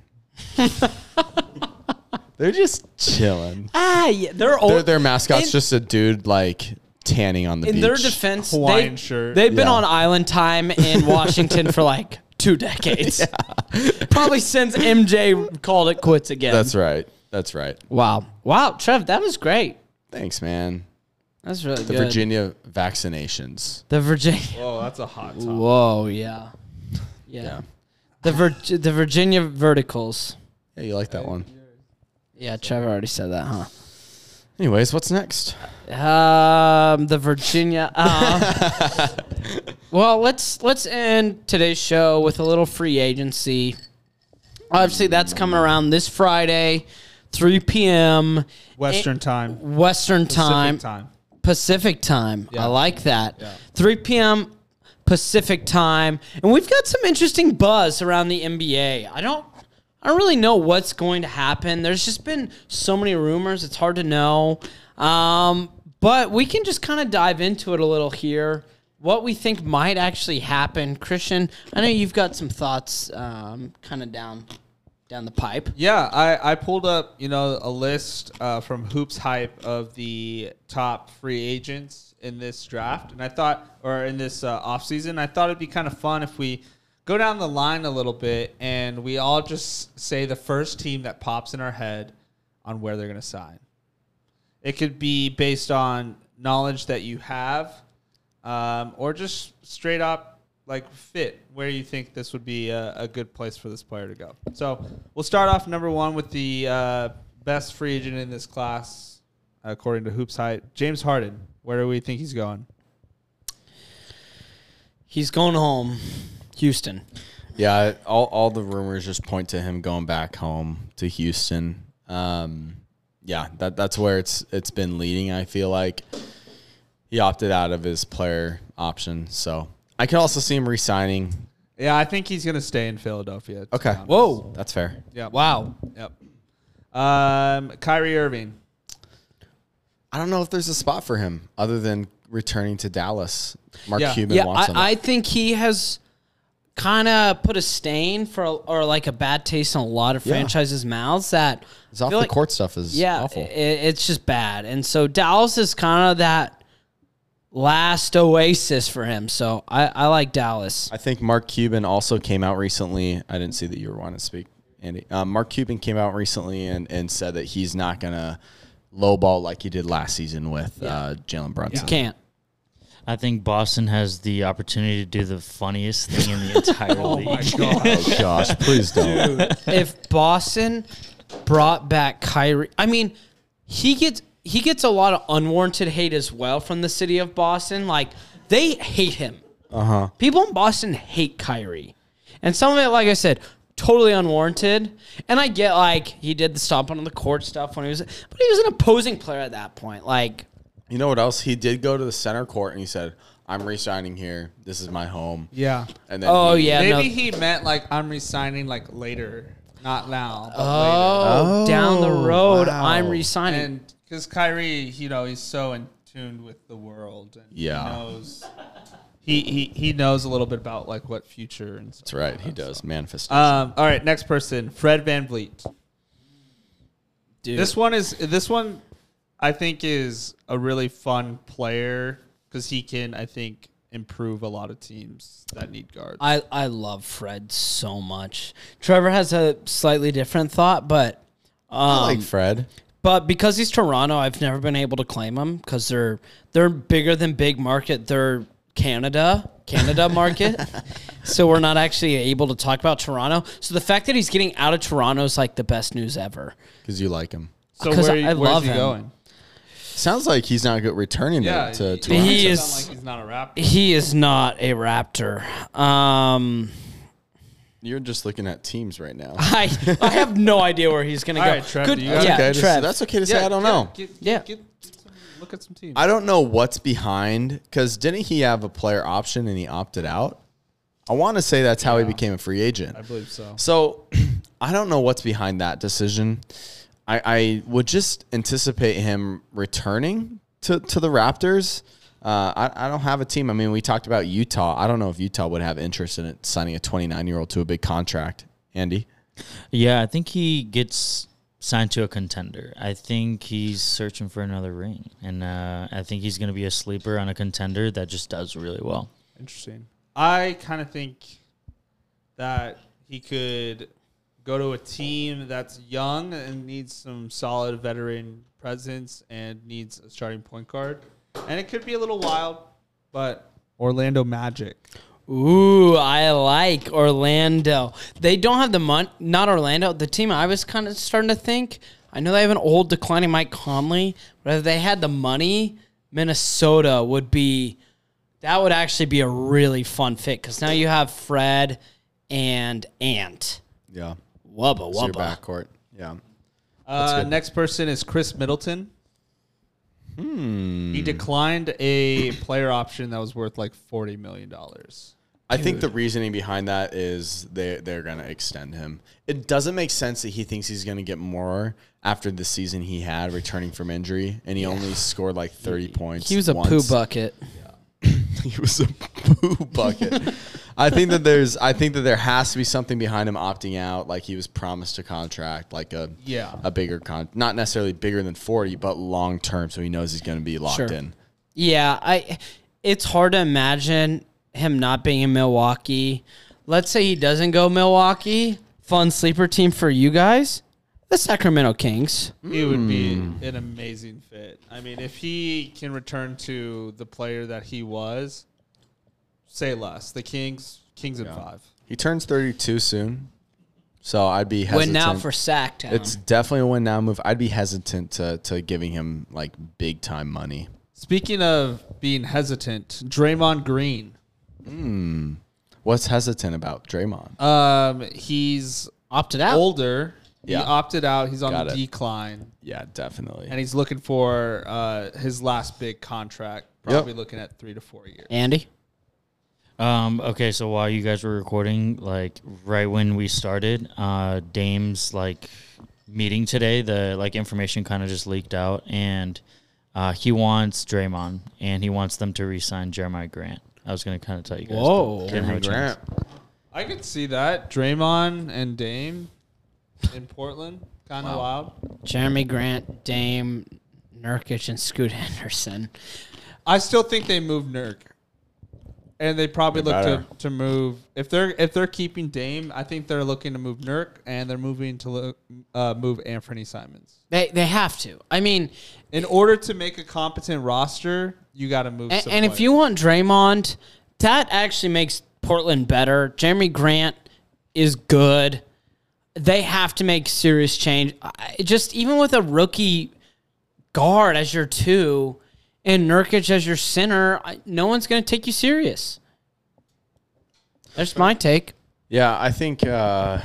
S2: They're just chilling.
S1: Ah, yeah, they're old.
S2: Their, their mascot's
S1: in-
S2: just a dude like tanning on the
S1: in
S2: beach.
S1: their defense,
S3: Hawaiian
S1: they,
S3: shirt.
S1: They've been
S2: Yeah.
S1: on island time in Washington for like two decades. Probably since MJ called it quits again.
S2: That's right. That's right.
S1: wow, wow, Trev, that was great.
S2: Thanks, man.
S1: That's really
S2: The
S1: good.
S2: Virginia vaccinations.
S1: the Virginia.
S3: Oh, that's a hot topic.
S1: Whoa, yeah, yeah. The Vir- the Virginia verticals.
S2: Yeah, you like that one.
S1: Yeah, Trevor already said that, huh?
S2: Anyways, what's next?
S1: Um, the Virginia. uh, well, let's let's end today's show with a little free agency. Obviously, that's coming around this Friday, 3 p.m.
S3: Western time.
S1: Western
S3: Pacific
S1: time,
S3: time.
S1: Pacific time.
S3: Yeah.
S1: I like that.
S3: Yeah.
S1: 3 p.m. Pacific time, and we've got some interesting buzz around the NBA. I don't, I don't really know what's going to happen. There's just been so many rumors; it's hard to know. Um, but we can just kind of dive into it a little here. What we think might actually happen, Christian. I know you've got some thoughts, um, kind of down down the pipe.
S3: Yeah, I, I pulled up you know a list uh, from Hoops Hype of the top free agents in this draft, and I thought, or in this uh, offseason, I thought it'd be kind of fun if we go down the line a little bit and we all just say the first team that pops in our head on where they're going to sign. It could be based on knowledge that you have, um, or just straight up like fit where you think this would be a, a good place for this player to go. So we'll start off number one with the uh, best free agent in this class, according to Hoops Height, James Harden. Where do we think he's going?
S1: He's going home, Houston.
S2: Yeah, all, all the rumors just point to him going back home to Houston. Um, yeah, that that's where it's it's been leading. I feel like he opted out of his player option, so I can also see him re-signing.
S3: Yeah, I think he's going to stay in Philadelphia. to be
S2: Okay,
S3: honest.
S1: Whoa.
S2: that's fair.
S3: Yeah.
S1: Wow.
S3: Yep. Um, Kyrie Irving.
S2: I don't know if there's a spot for him other than returning to Dallas. Mark
S3: Yeah.
S2: Cuban
S1: Yeah,
S2: wants him.
S1: I, I think he has kind of put a stain for or like a bad taste on a lot of
S2: Yeah.
S1: franchises' mouths that
S2: His off
S1: feel
S2: the
S1: like-
S2: court stuff is
S1: yeah,
S2: awful.
S1: i- it's just bad. And so Dallas is kind of that last oasis for him. So I, I like Dallas.
S2: I think Mark Cuban also came out recently. I didn't see that you were wanting to speak, Andy. Um, Mark Cuban came out recently and, and said that he's not going to lowball like he did last season with uh, Jalen Brunson.
S1: Can't.
S4: I think Boston has the opportunity to do the funniest thing in the entire league.
S2: Oh, gosh, please don't.
S1: if Boston brought back Kyrie, I mean, he gets he gets a lot of unwarranted hate as well from the city of Boston. Like they hate him.
S2: Uh-huh.
S1: Uh huh. People in Boston hate Kyrie, and some of it, like I said, totally unwarranted. And I get like he did the stomping on the court stuff when he was, but he was an opposing player at that point. Like
S2: You know what else? He did go to the center court and he said, I'm resigning here. This is my home.
S3: Yeah.
S2: And then
S1: oh
S2: he-
S1: yeah,
S3: Maybe
S1: no,
S3: he meant like I'm resigning like later, not now. But later.
S1: oh, down the
S2: Oh,
S1: road,
S2: wow.
S1: I'm resigning.
S3: And because Kyrie, you know, he's so in tune with the world. And
S2: Yeah.
S3: He knows. He, he, he knows a little bit about like what future and
S2: That's
S3: stuff.
S2: right. He does. Manifest.
S3: Um, all right, next person, Fred Van Vliet.
S1: Dude.
S3: This one is this one, I think is a really fun player because he can I think improve a lot of teams that need guards.
S1: I, I love Fred so much. Trevor has a slightly different thought, but
S2: I
S1: um,
S2: like Fred.
S1: but because he's Toronto, I've never been able to claim him because they're they're bigger than big market. They're Canada, Canada market. so we're not actually able to talk about Toronto. So the fact that he's getting out of Toronto is like the best news ever.
S2: Because you like him.
S3: so
S1: 'cause
S3: where
S1: I
S3: where's
S1: love
S3: he
S1: him.
S3: going?
S2: Sounds like he's not good returning to-
S3: Yeah,
S2: to,
S3: he-
S2: to
S1: He
S3: Sound
S1: is-
S3: like he's not a rapper.
S1: He is not a Raptor. Um,
S2: You're just looking at teams right now.
S1: I I have no idea where he's gonna
S3: All
S1: go.
S3: right, Trev, do you
S1: yeah,
S3: got it?
S2: okay, just-
S1: Trev.
S2: that's okay to say. I don't know.
S3: Get,
S1: Yeah.
S3: get- get some- look at some teams.
S2: I don't know what's behind because didn't he have a player option and he opted out? I want to say that's how he became a free agent.
S3: I believe so.
S2: So I don't know what's behind that decision. I, I would just anticipate him returning to, to the Raptors. Uh, I, I don't have a team. I mean, we talked about Utah. I don't know if Utah would have interest in it, signing a 29 year old to a big contract. Andy?
S4: Yeah, I think he gets signed to a contender. I think he's searching for another ring, and uh, I think he's going to be a sleeper on a contender that just does really well.
S3: Interesting. I kind of think that he could go to a team that's young and needs some solid veteran presence and needs a starting point guard. And it could be a little wild, but Orlando Magic.
S1: Ooh, I like Orlando. They don't have the money. Not Orlando. The team I was kind of starting to think. I know they have an old declining Mike Conley, but if they had the money, Minnesota would be. That would actually be a really fun fit because now you have Fred and Ant.
S2: Yeah.
S1: Wubba
S2: It's your
S1: wubba.
S2: backcourt. Yeah.
S3: Uh,
S2: good.
S3: next person is Chris Middleton. Hmm. He declined a player option that was worth like $40 million.
S2: I think the reasoning behind that is they they're gonna extend him. It doesn't make sense that he thinks he's gonna get more after the season he had returning from injury, and he only scored like thirty points.
S1: He was a poo
S2: once.
S1: bucket.
S2: he was a poo bucket. I think that there's I think that there has to be something behind him opting out. Like he was promised a contract, like a
S3: Yeah.
S2: a bigger con, not necessarily bigger than forty, but long term, so he knows he's going to be locked
S8: Sure.
S2: in.
S1: Yeah, I. It's hard to imagine him not being in Milwaukee. Let's say he doesn't go Milwaukee. Fun sleeper team for you guys, the Sacramento Kings.
S3: It would be
S2: Hmm.
S3: an amazing fit. I mean, if he can return to the player that he was, say less. The Kings, Kings in five.
S2: He turns thirty two soon, so I'd be hesitant.
S1: Win now for Sacktown.
S2: It's definitely a win now move. I'd be hesitant to to giving him like big time money.
S3: Speaking of being hesitant, Draymond Green.
S2: What's hesitant about Draymond?
S3: Um, he's
S1: opted out.
S3: older.
S2: Yeah.
S3: He opted out. He's on
S2: Got
S3: the
S2: it.
S3: decline,
S2: yeah, definitely.
S3: and he's looking for uh, his last big contract. Probably looking at three to four years.
S1: Andy.
S4: Um, okay, so while you guys were recording, like right when we started, uh, Dame's like meeting today, the like information kind of just leaked out, and uh, he wants Draymond, and he wants them to re-sign Jeremiah Grant. I was gonna kind of tell you guys.
S1: Whoa.
S4: Jeremiah
S3: I could see that Draymond and Dame in Portland, kind of loud.
S1: Jeremy Grant, Dame, Nurkic, and Scoot Henderson.
S3: I still think they move Nurk. And they probably
S2: They
S3: look
S2: better.
S3: to, to move if they're if they're keeping Dame. I think they're looking to move Nurk, and they're moving to look, uh, move Anthony Simons
S1: They they have to. I mean,
S3: in order to make a competent roster. You got to move.
S1: and,
S3: some
S1: and if
S3: players.
S1: you want Draymond, that actually makes Portland better. Jeremy Grant is good. They have to make serious change. I, just even with a rookie guard as your two and Nurkic as your center, I, no one's going to take you serious. That's my take.
S2: Yeah, I think uh,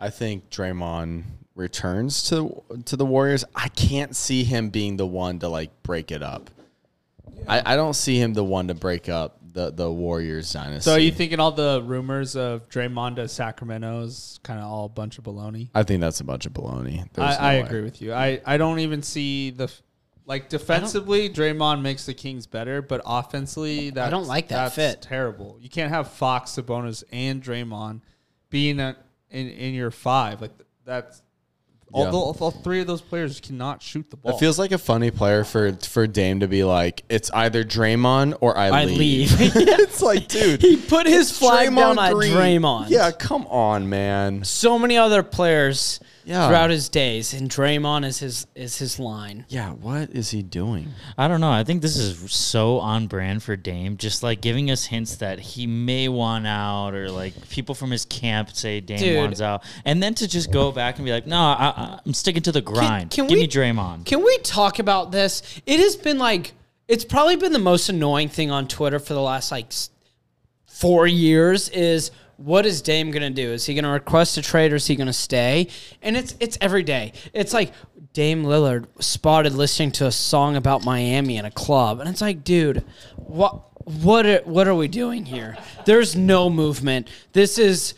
S2: I think Draymond returns to to the Warriors. I can't see him being the one to like break it up. I, I don't see him the one to break up the the Warriors dynasty.
S3: so you thinking all the rumors of Draymond to Sacramento is kind of all a bunch of baloney.
S2: I think that's a bunch of baloney. There's no
S3: I, I
S2: way.
S3: agree with you. I, I don't even see the f- like defensively. Draymond makes the Kings better, but offensively, that's,
S1: don't like that
S3: that's
S1: fit.
S3: Terrible. You can't have Fox, Sabonis, and Draymond being a, in in your five. Like that's all,
S2: Yeah.
S3: tho- all, three of those players cannot shoot the ball.
S2: It feels like a funny player for for Dame to be like, it's either Draymond or I,
S1: I
S2: leave.
S1: leave.
S2: it's like, dude,
S1: he put his flag down on
S2: Green.
S1: Draymond.
S2: Yeah, come on, man.
S1: so many other players
S2: Yeah.
S1: throughout his days, and Draymond is his is his line.
S2: Yeah, what is he doing?
S4: I don't know. I think this is so on brand for Dame, just like giving us hints that he may want out, or like people from his camp say Dame
S1: Dude.
S4: wants out, and then to just go back and be like, "No, I, I'm sticking to the grind.
S1: can
S4: Give
S1: we-
S4: me Draymond."
S1: Can we talk about this? It has been like it's probably been the most annoying thing on Twitter for the last like s- four years is what is Dame gonna do? Is he gonna request a trade or is he gonna stay? And it's it's every day. It's like Dame Lillard spotted listening to a song about Miami in a club, and it's like, dude, what what are, what are we doing here? There's no movement. This is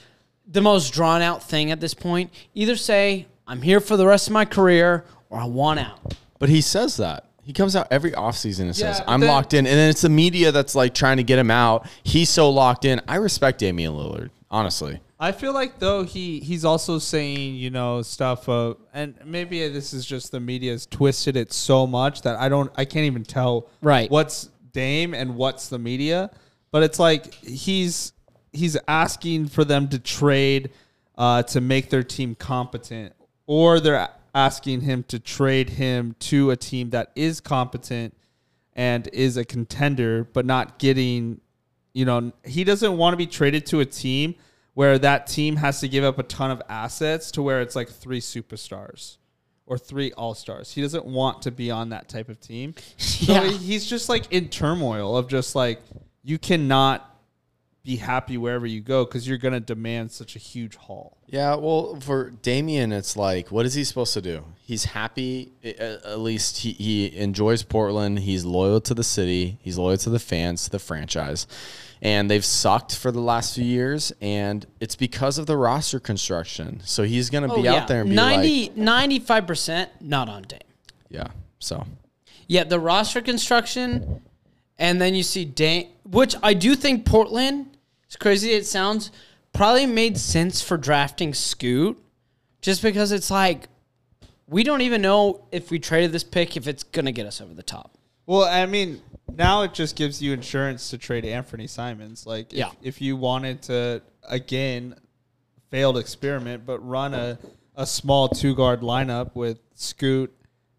S1: the most drawn out thing at this point. Either say I'm here for the rest of my career, or I want out.
S2: But he says that. He comes out every offseason and says,
S3: but
S2: I'm
S3: then-
S2: locked in. And then it's the media that's like trying to get him out. He's so locked in. I respect Damian Lillard, honestly.
S3: I feel like though he he's also saying you know stuff uh, and maybe this is just the media's twisted it so much that I don't I can't even tell
S1: Right.
S3: what's Dame and what's the media, but it's like he's he's asking for them to trade uh, to make their team competent, or they're asking him to trade him to a team that is competent and is a contender, but not getting, you know, he doesn't want to be traded to a team where that team has to give up a ton of assets to where it's like three superstars or three all stars. He doesn't want to be on that type of team. So
S1: Yeah.
S3: he's just like in turmoil of just like, you cannot be happy wherever you go because you're going to demand such a huge haul.
S2: Yeah, well, for Damian, it's like, what is he supposed to do? He's happy. a- a- At least he, he enjoys Portland. He's loyal to the city. He's loyal to the fans, to the franchise. And they've sucked for the last few years. And it's because of the roster construction. So he's going to
S3: Oh,
S1: Oh,
S2: be out there and be
S1: 90,
S2: like,
S1: 95% not on Dame.
S2: yeah, so.
S1: Yeah, the roster construction And then you see Dan, which I do think Portland, as crazy as it sounds, probably made sense for drafting Scoot just because it's like, we don't even know if we traded this pick if it's going to get us over the top.
S3: Well, I mean, now it just gives you insurance to trade Anthony Simons. Like, if,
S1: Yeah.
S3: if you wanted to, again, failed experiment, but run a, a small two guard lineup with Scoot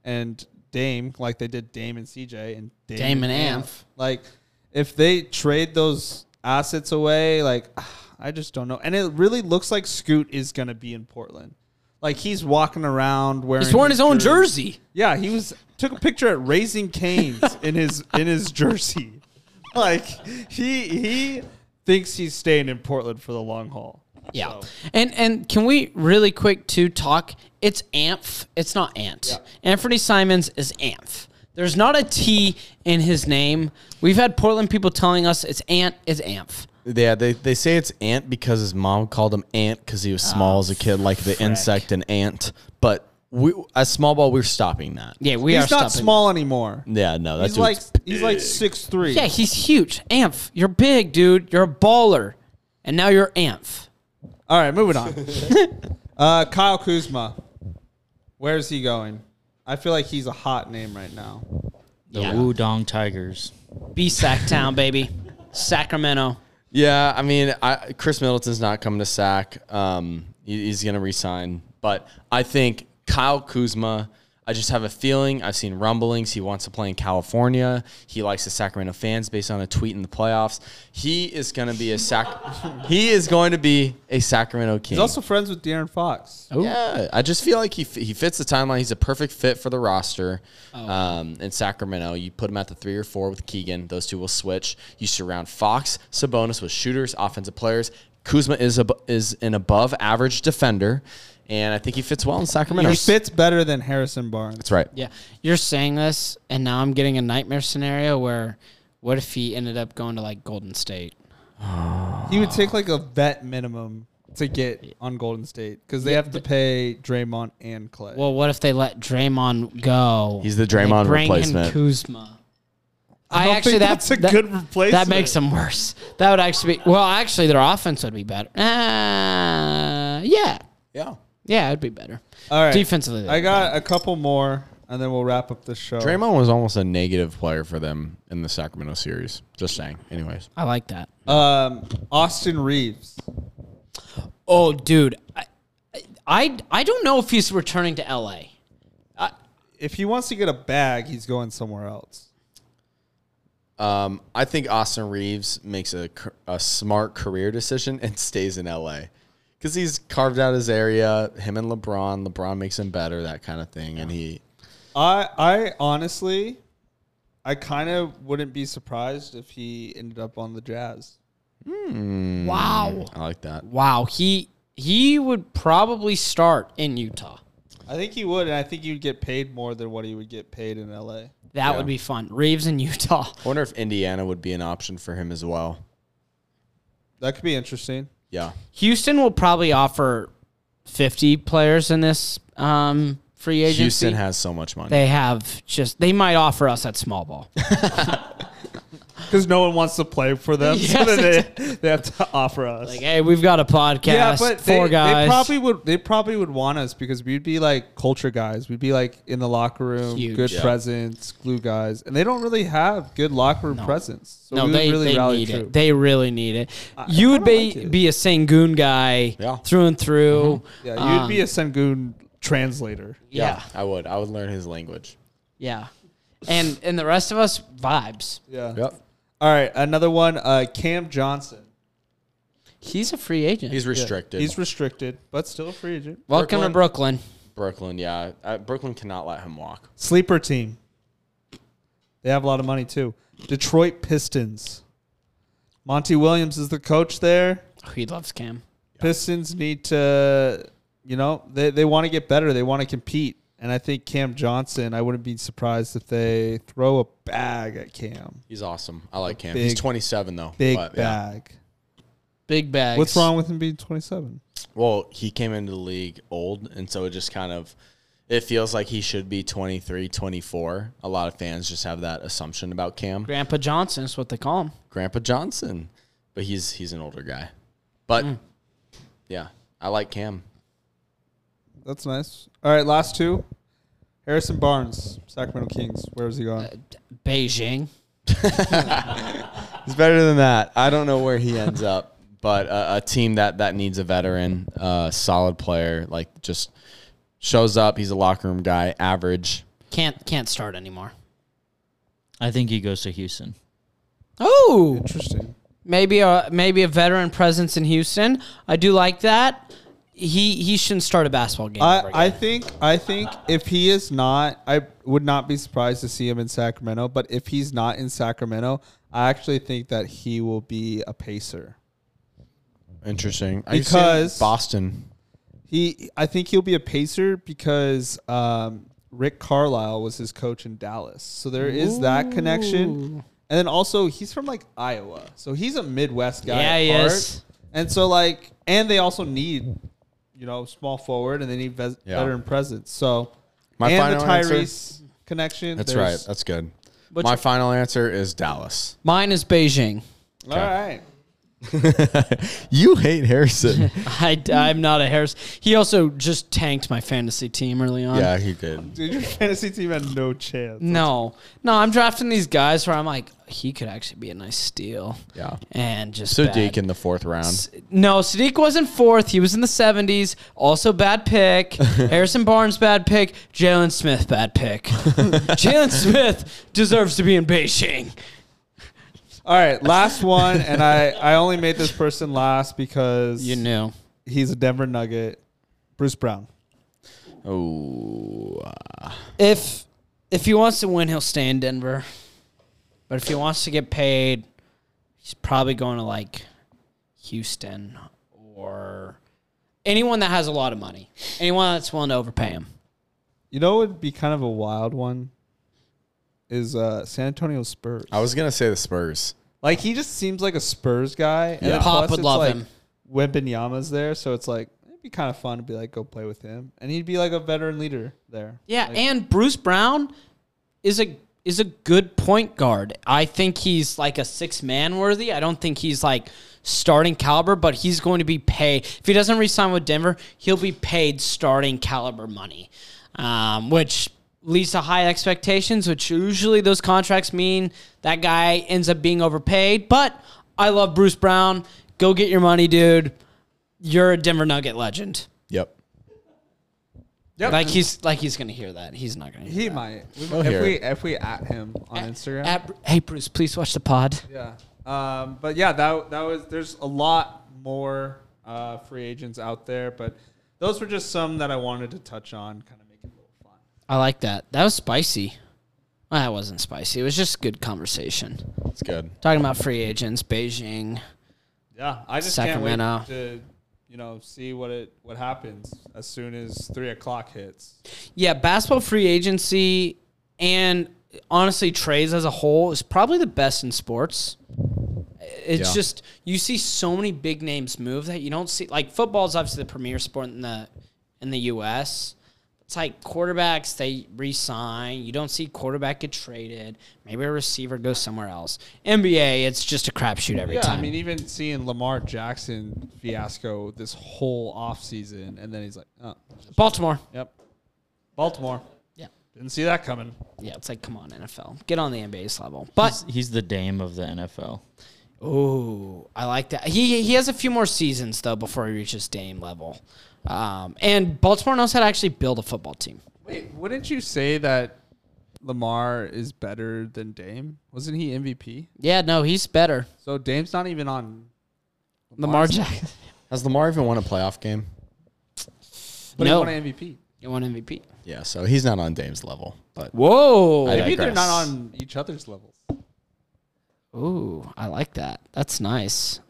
S3: and Dame, like they did Dame and CJ and Dame,
S1: Dame and Amph.
S3: Like, if they trade those assets away, like, I just don't know. And it really looks like Scoot is going to be in Portland. Like, he's walking around wearing.
S1: He's wearing his own
S3: jersey.
S1: jersey.
S3: Yeah, he was took a picture at Raising Canes in his in his jersey. Like he he thinks he's staying in Portland for the long haul.
S1: Yeah. And and can we really quick to talk? It's Amph. It's not Ant. Anthony Simons is Amph. There's not a T in his name. We've had Portland people telling us it's Ant, it's Amph.
S2: Yeah, they, they say it's ant because his mom called him ant because he was
S3: Oh,
S2: small as a kid, like the insect and ant. But we, as small ball, we're stopping that.
S1: Yeah, we
S3: he's
S1: are
S3: not
S1: stopping
S3: small anymore.
S2: Yeah, no, that's
S3: He's like he's like six three.
S1: Yeah, he's huge. Amph, you're big, dude. You're a baller. And now you're Amph.
S3: All right, moving on. uh, Kyle Kuzma, where's he going? I feel like he's a hot name right now.
S4: The
S1: Yeah.
S4: Wudong Tigers.
S1: Be Sac Town, baby. Sacramento.
S2: Yeah, I mean, I, Chris Middleton's not coming to sack. Um, he- he's going to resign, but I think Kyle Kuzma. I just have a feeling. I've seen rumblings. He wants to play in California. He likes the Sacramento fans, based on a tweet in the playoffs. He is going to be a sac. he is going to be a Sacramento King.
S3: He's also friends with De'Aaron Fox.
S2: Yeah, I just feel like he f- he fits the timeline. He's a perfect fit for the roster. Um, in Sacramento, you put him at the three or four with Keegan. Those two will switch. You surround Fox Sabonis with shooters, offensive players. Kuzma is a, is an above average defender, and I think he fits well in Sacramento.
S3: He fits better than Harrison Barnes.
S2: That's right.
S1: Yeah. You're saying this, and now I'm getting a nightmare scenario where what if he ended up going to like Golden State?
S3: He would take like a vet minimum to get on Golden State because they have to pay Draymond and Clay.
S1: Well, what if they let Draymond go?
S2: He's the
S1: They
S2: Draymond
S1: bring in
S2: replacement.
S1: Kuzma. I,
S3: don't
S1: actually
S3: think
S1: that-
S3: that's a
S1: that-
S7: good replacement.
S1: That makes them worse. That would actually be well. Actually, their offense would be better. Uh, yeah,
S2: Yeah.
S1: yeah, it'd be better.
S3: All right.
S1: Defensively,
S3: I got a couple more, and then we'll wrap up the show.
S2: Draymond was almost a negative player for them in the Sacramento series. Just saying. Anyways,
S1: I like that.
S3: Um, Austin Reeves.
S1: Oh, dude, I, I, I don't know if he's returning to LA.
S3: If he wants to get a bag, he's going somewhere else.
S2: um, I think Austin Reeves makes a, cur- a smart career decision and stays in LA because he's carved out his area. Him and LeBron, LeBron makes him better, that kind of thing. And he,
S3: I I honestly, I kind of wouldn't be surprised if he ended up on the Jazz.
S1: Wow,
S2: I like that.
S1: wow, he he would probably start in Utah.
S3: I think he would, and I think he'd get paid more than what he would get paid in LA.
S1: That would be fun. Reeves in Utah.
S2: I wonder if Indiana would be an option for him as well.
S3: That could be interesting.
S2: Yeah.
S1: Houston will probably offer 50 players in this um, free agency.
S2: Houston has so much money.
S1: they have just they might offer us at small ball.
S7: because no one wants to play for them, so
S1: Yes,
S7: then they, they have to offer us.
S1: like, hey, we've got a podcast, four
S3: they,
S1: guys.
S3: They probably would. They probably would want us because we'd be like culture guys. We'd be like in the locker room,
S1: Huge.
S3: good
S2: Yeah.
S3: presence, glue guys, and they don't really have good locker room presence. So
S1: no,
S3: we would
S1: they,
S3: really
S1: they
S3: rally
S1: need
S3: troops.
S1: it. They really need it. you would
S3: kinda
S1: be
S3: like it. Mm-hmm.
S1: be a Sangoon guy
S2: Yeah.
S1: through and through. Um,
S3: yeah, you'd be a Sengun translator.
S1: yeah,
S2: I would. I would learn his language.
S1: yeah, and and the rest of us vibes.
S3: Yeah.
S2: Yep.
S3: All right, another one. Uh, Cam Johnson.
S1: He's a free agent.
S2: He's restricted.
S3: He's restricted, but still a free agent.
S1: Welcome to Brooklyn.
S2: Brooklyn, yeah. Uh, Brooklyn cannot let him walk.
S3: Sleeper team. They have a lot of money too. Detroit Pistons. Monty Williams is the coach there.
S1: Oh, he loves Cam.
S3: Pistons need to, you know, they, they want to get better. They want to compete. And I think Cam Johnson, I wouldn't be surprised if they throw a bag at Cam.
S2: He's awesome. I like him. He's
S3: big-
S2: 27 though.
S3: Big
S2: but, yeah.
S3: bag.
S1: Big bags.
S3: What's wrong with him being 27?
S2: Well, he came into the league old, and so it just kind of it feels like he should be 23, 24. A lot of fans just have that assumption about Cam.
S1: Grandpa Johnson is what they call him.
S2: Grandpa Johnson, but he's he's an older guy. But yeah, I like Cam.
S3: That's nice. All right, last two. Harrison Barnes, Sacramento Kings. Where is he going?
S1: Beijing.
S2: He's better than that. I don't know where he ends up, but a, a team that that needs a veteran, uh, solid player, like just shows up. He's a locker room guy, average.
S1: Can't can't start anymore.
S4: I think he goes to Houston.
S1: Oh,
S3: Interesting.
S1: maybe a maybe a veteran presence in Houston. I do like that. He he shouldn't start a basketball game. ever
S3: I, I
S1: again.
S3: think I think if he is not, I would not be surprised to see him in Sacramento. But if he's not in Sacramento, I actually think that he will be a pacer.
S2: Interesting. I can see him
S3: Because-
S2: Boston.
S3: He, I think he'll be a pacer because um, Rick Carlisle was his coach in Dallas, so there is that connection. And then also he's from like Iowa, so he's a Midwest guy.
S1: Yeah,
S3: at
S1: he
S3: heart.
S1: is.
S3: And so like, and they also need, you know, small forward, and they need ves-
S2: Yeah.
S3: veteran presence. So
S2: My
S3: and the
S2: final answer-
S3: Tyrese connection.
S2: That's
S3: there's-
S2: right. That's good.
S1: But
S2: My
S1: you-
S2: final answer is Dallas.
S1: mine is Beijing.
S3: All right.
S2: you hate Harrison.
S1: I I'm not a Harris. He also just tanked my fantasy team early on.
S2: yeah, he did.
S3: Dude, your fantasy team had no chance.
S1: No, no, I'm drafting these guys where I'm like, he could actually be a nice steal.
S2: Yeah.
S1: And just
S2: So
S1: bad.
S2: Deke in the fourth round.
S1: No, Sadiq wasn't fourth. He was in the 70s. Also, bad pick. Harrison Barnes, bad pick. Jalen Smith, bad pick. Jalen Smith deserves to be in Beijing.
S3: All right, last one, and I, I only made this person last because
S1: You knew.
S3: he's a Denver Nugget. Bruce Brown.
S2: Oh,
S1: If if he wants to win, he'll stay in Denver. But if he wants to get paid, he's probably going to like Houston or anyone that has a lot of money. Anyone that's willing to overpay him.
S3: You know, what would be kind of a wild one is uh, San Antonio Spurs.
S2: I was gonna say the Spurs.
S3: like, he just seems like a Spurs guy. And
S2: Yeah.
S3: then
S1: Pop
S3: plus
S1: would
S3: it's
S1: love
S3: like
S1: him.
S3: Wembenyama's there, so it's like it'd be kind of fun to be like go play with him, and he'd be like a veteran leader there.
S1: Yeah,
S3: Like-
S1: and Bruce Brown is a is a good point guard. I think he's like a six man worthy. I don't think he's like starting caliber, but he's going to be paid. If he doesn't resign with Denver, he'll be paid starting caliber money, um, which leads to high expectations. Which usually those contracts mean that guy ends up being overpaid. But I love Bruce Brown. Go get your money, dude. You're a Denver Nugget legend.
S2: Yep.
S1: Like he's like he's gonna hear that. He's not gonna. Hear
S3: He
S1: that.
S3: might. We-
S2: He'll hear
S3: if we
S2: it.
S3: if we at him on Instagram.
S1: At- hey Bruce, please watch the pod.
S3: yeah. Um, but yeah, that that was. There's a lot more uh, free agents out there, but those were just some that I wanted to touch on, kind of make it a little fun.
S1: I like that. That was spicy. Well, that wasn't spicy. It was just good conversation.
S2: That's good.
S1: Talking about free agents, Beijing.
S3: Yeah, I just
S1: Sacramento.
S3: can't wait to you know see what it what happens as soon as three o'clock hits.
S1: Yeah, basketball free agency and honestly trades as a whole is probably the best in sports. It's
S2: Yeah.
S1: just you see so many big names move that you don't see like football is obviously the premier sport in the in the US. It's like quarterbacks they re-sign. You don't see quarterback get traded. Maybe a receiver goes somewhere else. NBA, it's just a crapshoot every
S3: Yeah,
S1: time.
S3: I mean, even seeing Lamar Jackson fiasco this whole offseason, and then he's like, oh,
S1: Baltimore.
S3: yep, Baltimore.
S1: Yeah.
S3: Didn't see that coming.
S1: Yeah, it's like come on NFL, get on the NBA's level. But
S4: He's, he's the dame of the NFL.
S1: Oh, I like that. He he has a few more seasons though before he reaches Dame level. Um, and Baltimore knows how to actually build a football team.
S3: Wait, wouldn't you say that Lamar is better than Dame? Wasn't he MVP?
S1: Yeah, no, he's better.
S3: So Dame's not even on.
S1: Lamar Jackson.
S2: Has Lamar even won a playoff game?
S3: But
S1: no,
S3: he won an MVP.
S1: he won MVP.
S2: Yeah, so he's not on Dame's level. But
S1: Whoa.
S2: I
S3: Maybe they're
S2: digress.
S3: not on each other's levels.
S1: Ooh, I like that. That's nice.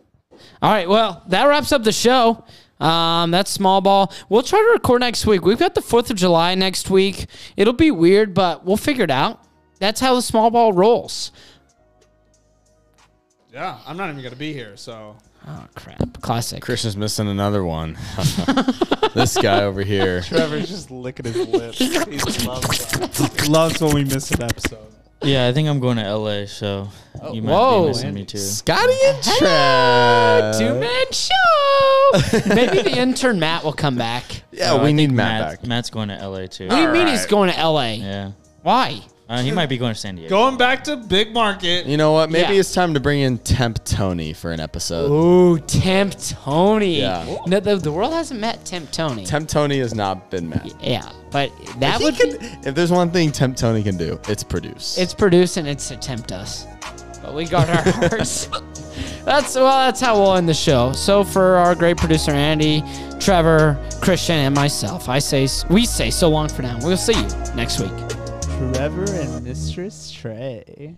S1: All right, well, that wraps up the show. Um, that's small ball. We'll try to record next week. We've got the 4th of July next week. It'll be weird, but we'll figure it out. That's how the small ball rolls.
S3: Yeah, I'm not even gonna be here. So
S1: Oh crap! Classic.
S2: Christian's missing another one. this guy over here.
S7: Trevor's just licking his lips. He loves that. Loves when we miss an episode.
S4: Yeah, I think I'm going to LA, so you might
S1: whoa.
S4: be missing me too.
S2: Scotty and Trev.
S1: Two man show. Maybe the intern Matt will come back.
S2: Yeah,
S4: Oh, I
S2: we need
S4: think
S2: Matt,
S4: Matt's-
S2: back.
S4: Matt's going to LA too.
S1: What do you mean he's going to LA?
S4: Yeah,
S1: Why?
S4: uh, he might be going to San Diego.
S3: Going back to Big Market.
S2: You know what? Maybe
S1: Yeah.
S2: it's time to bring in Temp Tony for an episode.
S1: Ooh, Temp Tony.
S2: Yeah.
S1: No, the, the world hasn't met Temp Tony.
S2: Temp Tony has not been Matt.
S1: yeah, but that
S2: He
S1: would
S2: can-
S1: be,
S2: if there's one thing Temp Tony can do, it's produce.
S1: it's produced and it's to tempt us, but we guard our hearts. That's well. That's how we'll end the show. So for our great producer Andy, Trevor, Christian, and myself, I say s- we say so long for now. We'll see you next week.
S7: Trevor and Mistress Trey.